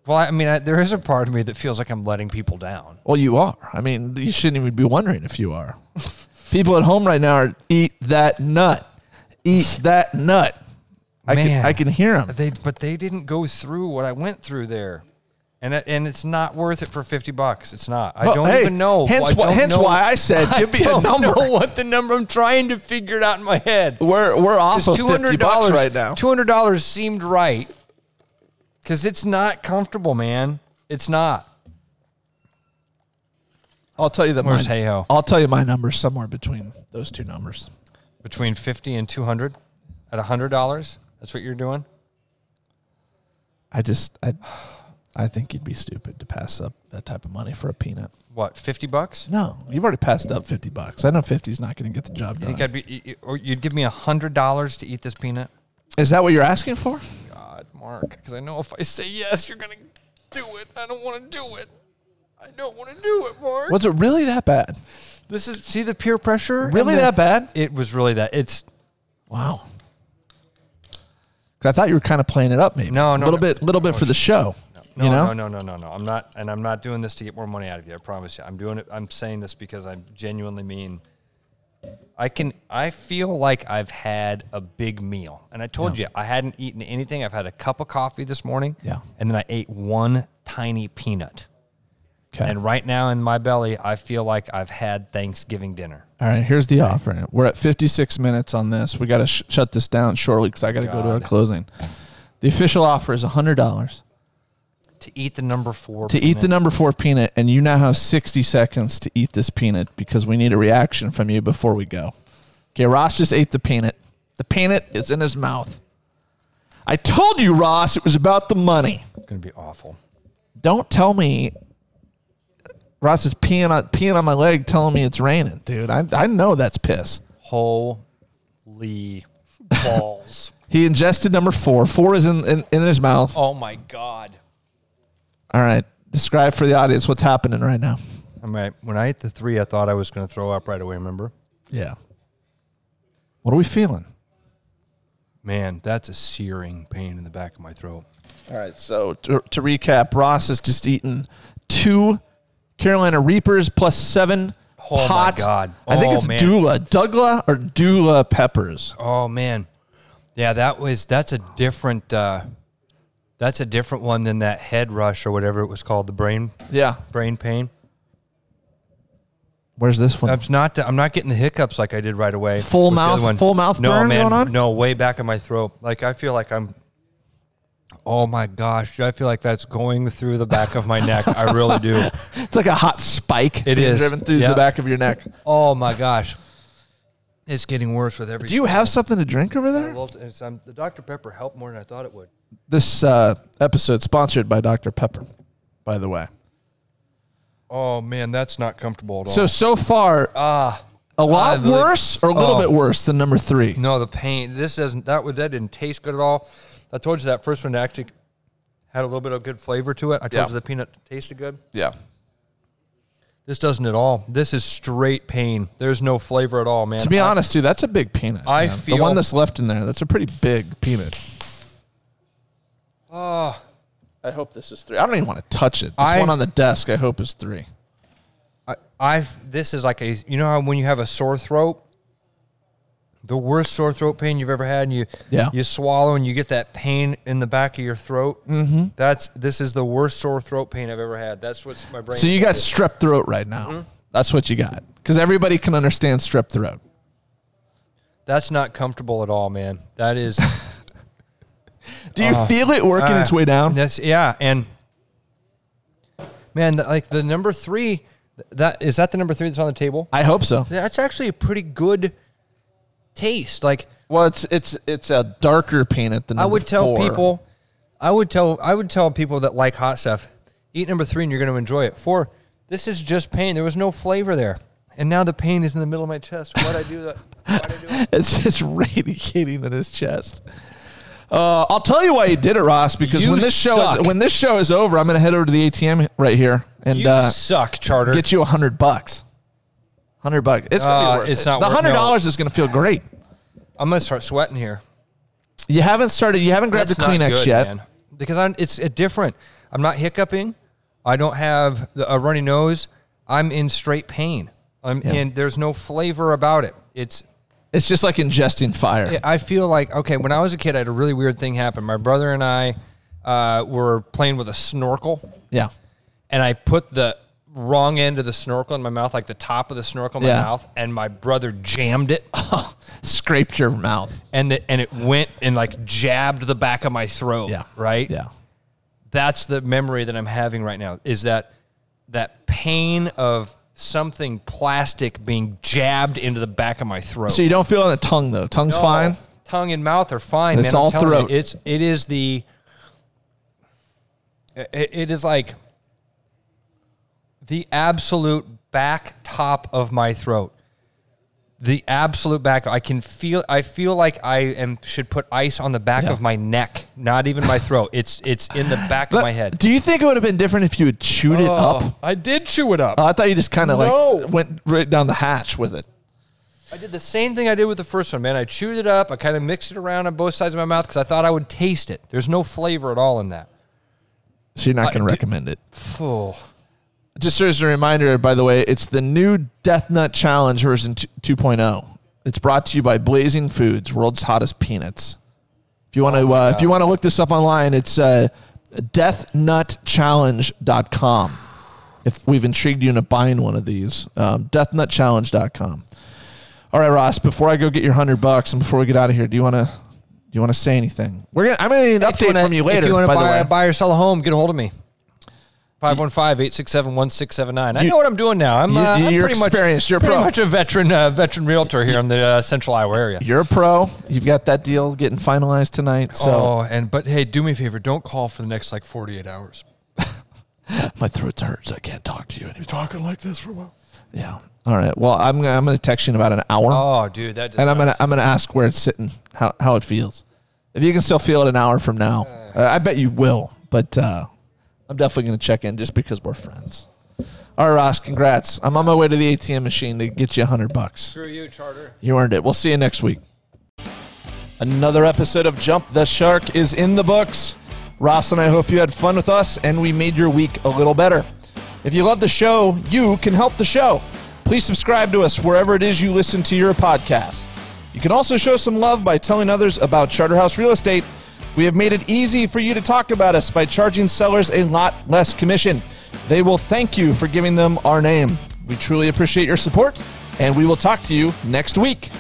B: Well, I mean, I, there is a part of me that feels like I'm letting people down.
A: Well, you are. I mean, you shouldn't even be wondering if you are. *laughs* People at home right now are eat that nut, eat that nut. I
B: Man.
A: can, I can hear them.
B: They, but they didn't go through what I went through there, and it, and it's not worth it for fifty bucks. It's not. I
A: Well,
B: don't
A: hey,
B: even know.
A: hence
B: I
A: why-
B: don't
A: hence why I
B: *laughs*
A: said, give me a
B: don't
A: number.
B: Know what the number? I'm trying to figure it out in my head.
A: We're we're off
B: Because
A: of
B: two
A: fifty
B: hundred
A: bucks
B: dollars
A: right now.
B: Two hundred dollars seemed right because it's not comfortable, man. It's not.
A: I'll tell you that.
B: Where's
A: mine-
B: Hey-Ho?
A: I'll tell you my number somewhere between those two numbers.
B: between 50 and 200 at $100 that's what you're doing
A: I just I I think you'd be stupid to pass up that type of money for a peanut.
B: what 50 bucks
A: No, you've already passed up fifty bucks. I know fifty's not going to get the job
B: you
A: done.
B: think I'd be, you- or you'd give me $100 to eat this peanut
A: Is that what you're asking for?
B: god mark because i know if i say yes you're gonna do it i don't want to do it i don't want to do it mark
A: Was it really that bad?
B: this is see the peer pressure and
A: Really
B: the-
A: that bad?
B: it was really that it's
A: Wow. 'Cause I thought you were kind of playing it up, maybe.
B: No, no,
A: a little
B: no.
A: bit, little bit for the show.
B: no
A: you know,
B: no no no no no i'm not and i'm not doing this to get more money out of you i promise you i'm doing it i'm saying this because i genuinely mean I can I feel like I've had a big meal. And I told you I hadn't eaten anything. I've had a cup of coffee this morning.
A: Yeah.
B: And then I ate one tiny peanut.
A: Okay.
B: And right now in my belly, I feel like I've had Thanksgiving dinner.
A: All right, here's the offer. We're at 56 minutes on this. We got to sh- shut this down shortly because I got to go to a
B: God.
A: closing. The official offer is $100
B: To eat the number four
A: to eat the
B: peanut.
A: number four peanut, and you now have 60 seconds to eat this peanut because we need a reaction from you before we go. Okay, Ross just ate the peanut. The peanut is in his mouth. I told you, Ross, it was about the money.
B: it's gonna be awful.
A: Don't tell me. Ross is peeing on, peeing on my leg, telling me it's raining, dude. I, I know that's piss.
B: Holy balls. *laughs*
A: He ingested number four. Four is in, in, in his mouth.
B: Oh my god.
A: All right. Describe for the audience what's happening right now.
B: All right. When I ate the three, I thought I was gonna throw up right away, remember?
A: Yeah. What are we feeling?
B: Man, that's a searing pain in the back of my throat.
A: All right. So to, to recap, Ross has just eaten two Carolina Reapers plus seven
B: Oh my
A: hot.
B: God.
A: I think
B: Oh,
A: it's
B: man.
A: doula, Dougla or doula peppers.
B: Oh man, yeah, that was that's a different uh, that's a different one than that head rush or whatever it was called, the brain
A: Yeah.
B: brain pain.
A: Where's this one?
B: I'm just not I'm not getting the hiccups like I did right away.
A: Full
B: with the other
A: mouth- full mouth
B: no,
A: burn
B: man,
A: going on?
B: No, way back in my throat. Like I feel like I'm. Oh my gosh, dude, I feel like that's going through the back of my neck. I really
A: *laughs*
B: do.
A: It's like a hot spike.
B: It
A: being
B: is.
A: driven through
B: Yeah.
A: the back of your neck.
B: Oh my gosh, it's getting worse with every.
A: Do you have something to drink over there?
B: um, the Dr Pepper helped more than I thought it would.
A: This uh, episode sponsored by Dr. Pepper, by the way.
B: Oh man, that's not comfortable at all.
A: So so far,
B: ah,
A: a lot
B: Oh, I really-
A: worse or a little
B: oh.
A: bit worse than number three.
B: No, the pain. This doesn't. That was that didn't taste good at all. I told you that first one actually had a little bit of good flavor to it. I told
A: Yeah.
B: you the peanut tasted good.
A: Yeah,
B: This doesn't at all. This is straight pain. There's no flavor at all, man.
A: to be
B: I-
A: honest, too, that's a big peanut.
B: I
A: the
B: feel-
A: one that's left in there. That's a pretty big peanut. Oh, I hope this is three. I don't even want to touch it. This
B: Ah. I-
A: one on the desk, I hope is three.
B: I, I this is like a you know how when you have a sore throat, the worst sore throat pain you've ever had, and you
A: Yeah.
B: you swallow and you get that pain in the back of your throat. Mm-hmm. That's this is the worst sore throat pain I've ever had. That's what's my brain.
A: So you got strep throat right now.
B: Mm-hmm.
A: That's what you got because everybody can understand strep throat.
B: that's not comfortable at all, man.
A: *laughs*
B: That is.
A: Do you feel it working
B: Uh,
A: its way down?
B: That's yeah, and man, the- like the number three, th- that is that the number three that's on the table?
A: I hope so.
B: That's actually a pretty good taste. Like
A: Well, it's it's it's a darker peanut than
B: I
A: number
B: would tell
A: four.
B: people, I would tell, I would tell people that like hot stuff, eat number three and you're going to enjoy it. Four, this is just pain. There was no flavor there, and now the pain is in the middle of my chest. Why'd I do that? Why'd I do
A: *laughs*
B: it?
A: It's just radiating in his chest. Uh, I'll tell you why he did it, Ross. Because
B: You
A: when this show
B: suck.
A: is, when this show is over, I'm going to head over to the ATM right here and
B: You
A: uh,
B: suck, Charter.
A: get you a hundred bucks. Hundred bucks. It's gonna
B: Uh,
A: be worth
B: it's
A: it.
B: not
A: the
B: worth-
A: hundred dollars is gonna feel great.
B: I'm going to start sweating here.
A: You haven't started. You haven't grabbed the
B: not
A: Kleenex
B: good,
A: yet.
B: man. because I'm, it's a different. I'm not hiccuping. I don't have the, a runny nose. I'm in straight pain. I'm and there's no flavor about it. It's
A: It's just like ingesting fire.
B: I- I feel like okay. When I was a kid, I had a really weird thing happen. My brother and I uh, were playing with a snorkel,
A: Yeah.
B: and I put the wrong end of the snorkel in my mouth, like the top of the snorkel in my
A: Yeah.
B: mouth, and my brother jammed
A: *laughs*
B: it,
A: Scraped your mouth.
B: and it, and it went and like jabbed the back of my throat.
A: Yeah.
B: right.
A: Yeah.
B: that's the memory that I'm having right now is that that pain of something plastic being jabbed into the back of my throat.
A: So you don't feel it on the tongue though. Tongue's fine.
B: Tongue and mouth are fine.
A: It's
B: man. I'm
A: all
B: telling you,
A: throat.
B: it's it is the it, it is like the absolute back top of my throat. The absolute back. I can feel. I feel like I am should put ice on the back
A: Yeah.
B: of my neck, not even my throat. It's it's in the back of
A: But
B: my head. Oh.
A: Do you think it would have been different if you had chewed it up?
B: I did chew it up.
A: Oh, I thought you just kind of
B: No.
A: like went right down the hatch with it.
B: I did the same thing I did with the first one, man. I chewed it up. I kind of mixed it around on both sides of my mouth because I thought I would taste it. There's no flavor at all in that.
A: So you're not
B: I
A: going to
B: do-
A: recommend it.
B: Oh,
A: Just as a reminder, by the way, it's the new Death Nut Challenge version t- 2.0. It's brought to you by Blazing Foods, world's hottest peanuts. If you want
B: Oh
A: to, uh, if you want to look this up online, it's uh, deathnutchallenge.com. If we've intrigued you into buying one of these, um, deathnutchallenge.com. All right, Ross. Before I go get your hundred bucks, and before we get out of here, do you want to do you want to say anything? We're gonna, I'm gonna need an update from you later.
B: If you want to
A: by the
B: buy,
A: way,
B: buy or sell a home, get a hold of me. 515-867-1679. I
A: You-
B: know what I'm doing now. I'm,
A: you-
B: uh, I'm
A: you're
B: pretty much
A: experienced. You're a
B: pretty
A: pro.
B: much a veteran uh, veteran realtor here in the uh, Central Iowa area.
A: you're a pro. You've got that deal getting finalized tonight. So.
B: oh, and but hey, do me a favor. Don't call for the next like 48 hours.
A: My throat hurts. I can't talk to you anymore.
B: Talking like this for a while.
A: Yeah. All right. Well, I'm gonna, I'm going to text you in about an hour,
B: Oh, dude, that. Does
A: and I'm
B: not-
A: going to I'm going to ask where it's sitting, how how it feels. If you can still feel it an hour from now, uh, I bet you will. But uh, I'm definitely going to check in just because we're friends. All right, Ross. Congrats. I'm on my way to the ATM machine to get you a hundred bucks.
B: screw you, Charter.
A: You earned it. We'll see you next week. Another episode of Jump the Shark is in the books. Ross and I hope you had fun with us and we made your week a little better. If you love the show, you can help the show. Please subscribe to us wherever it is you listen to your podcast. You can also show some love by telling others about Charterhouse Real Estate. We have made it easy for you to talk about us by charging sellers a lot less commission. They will thank you for giving them our name. We truly appreciate your support, and we will talk to you next week.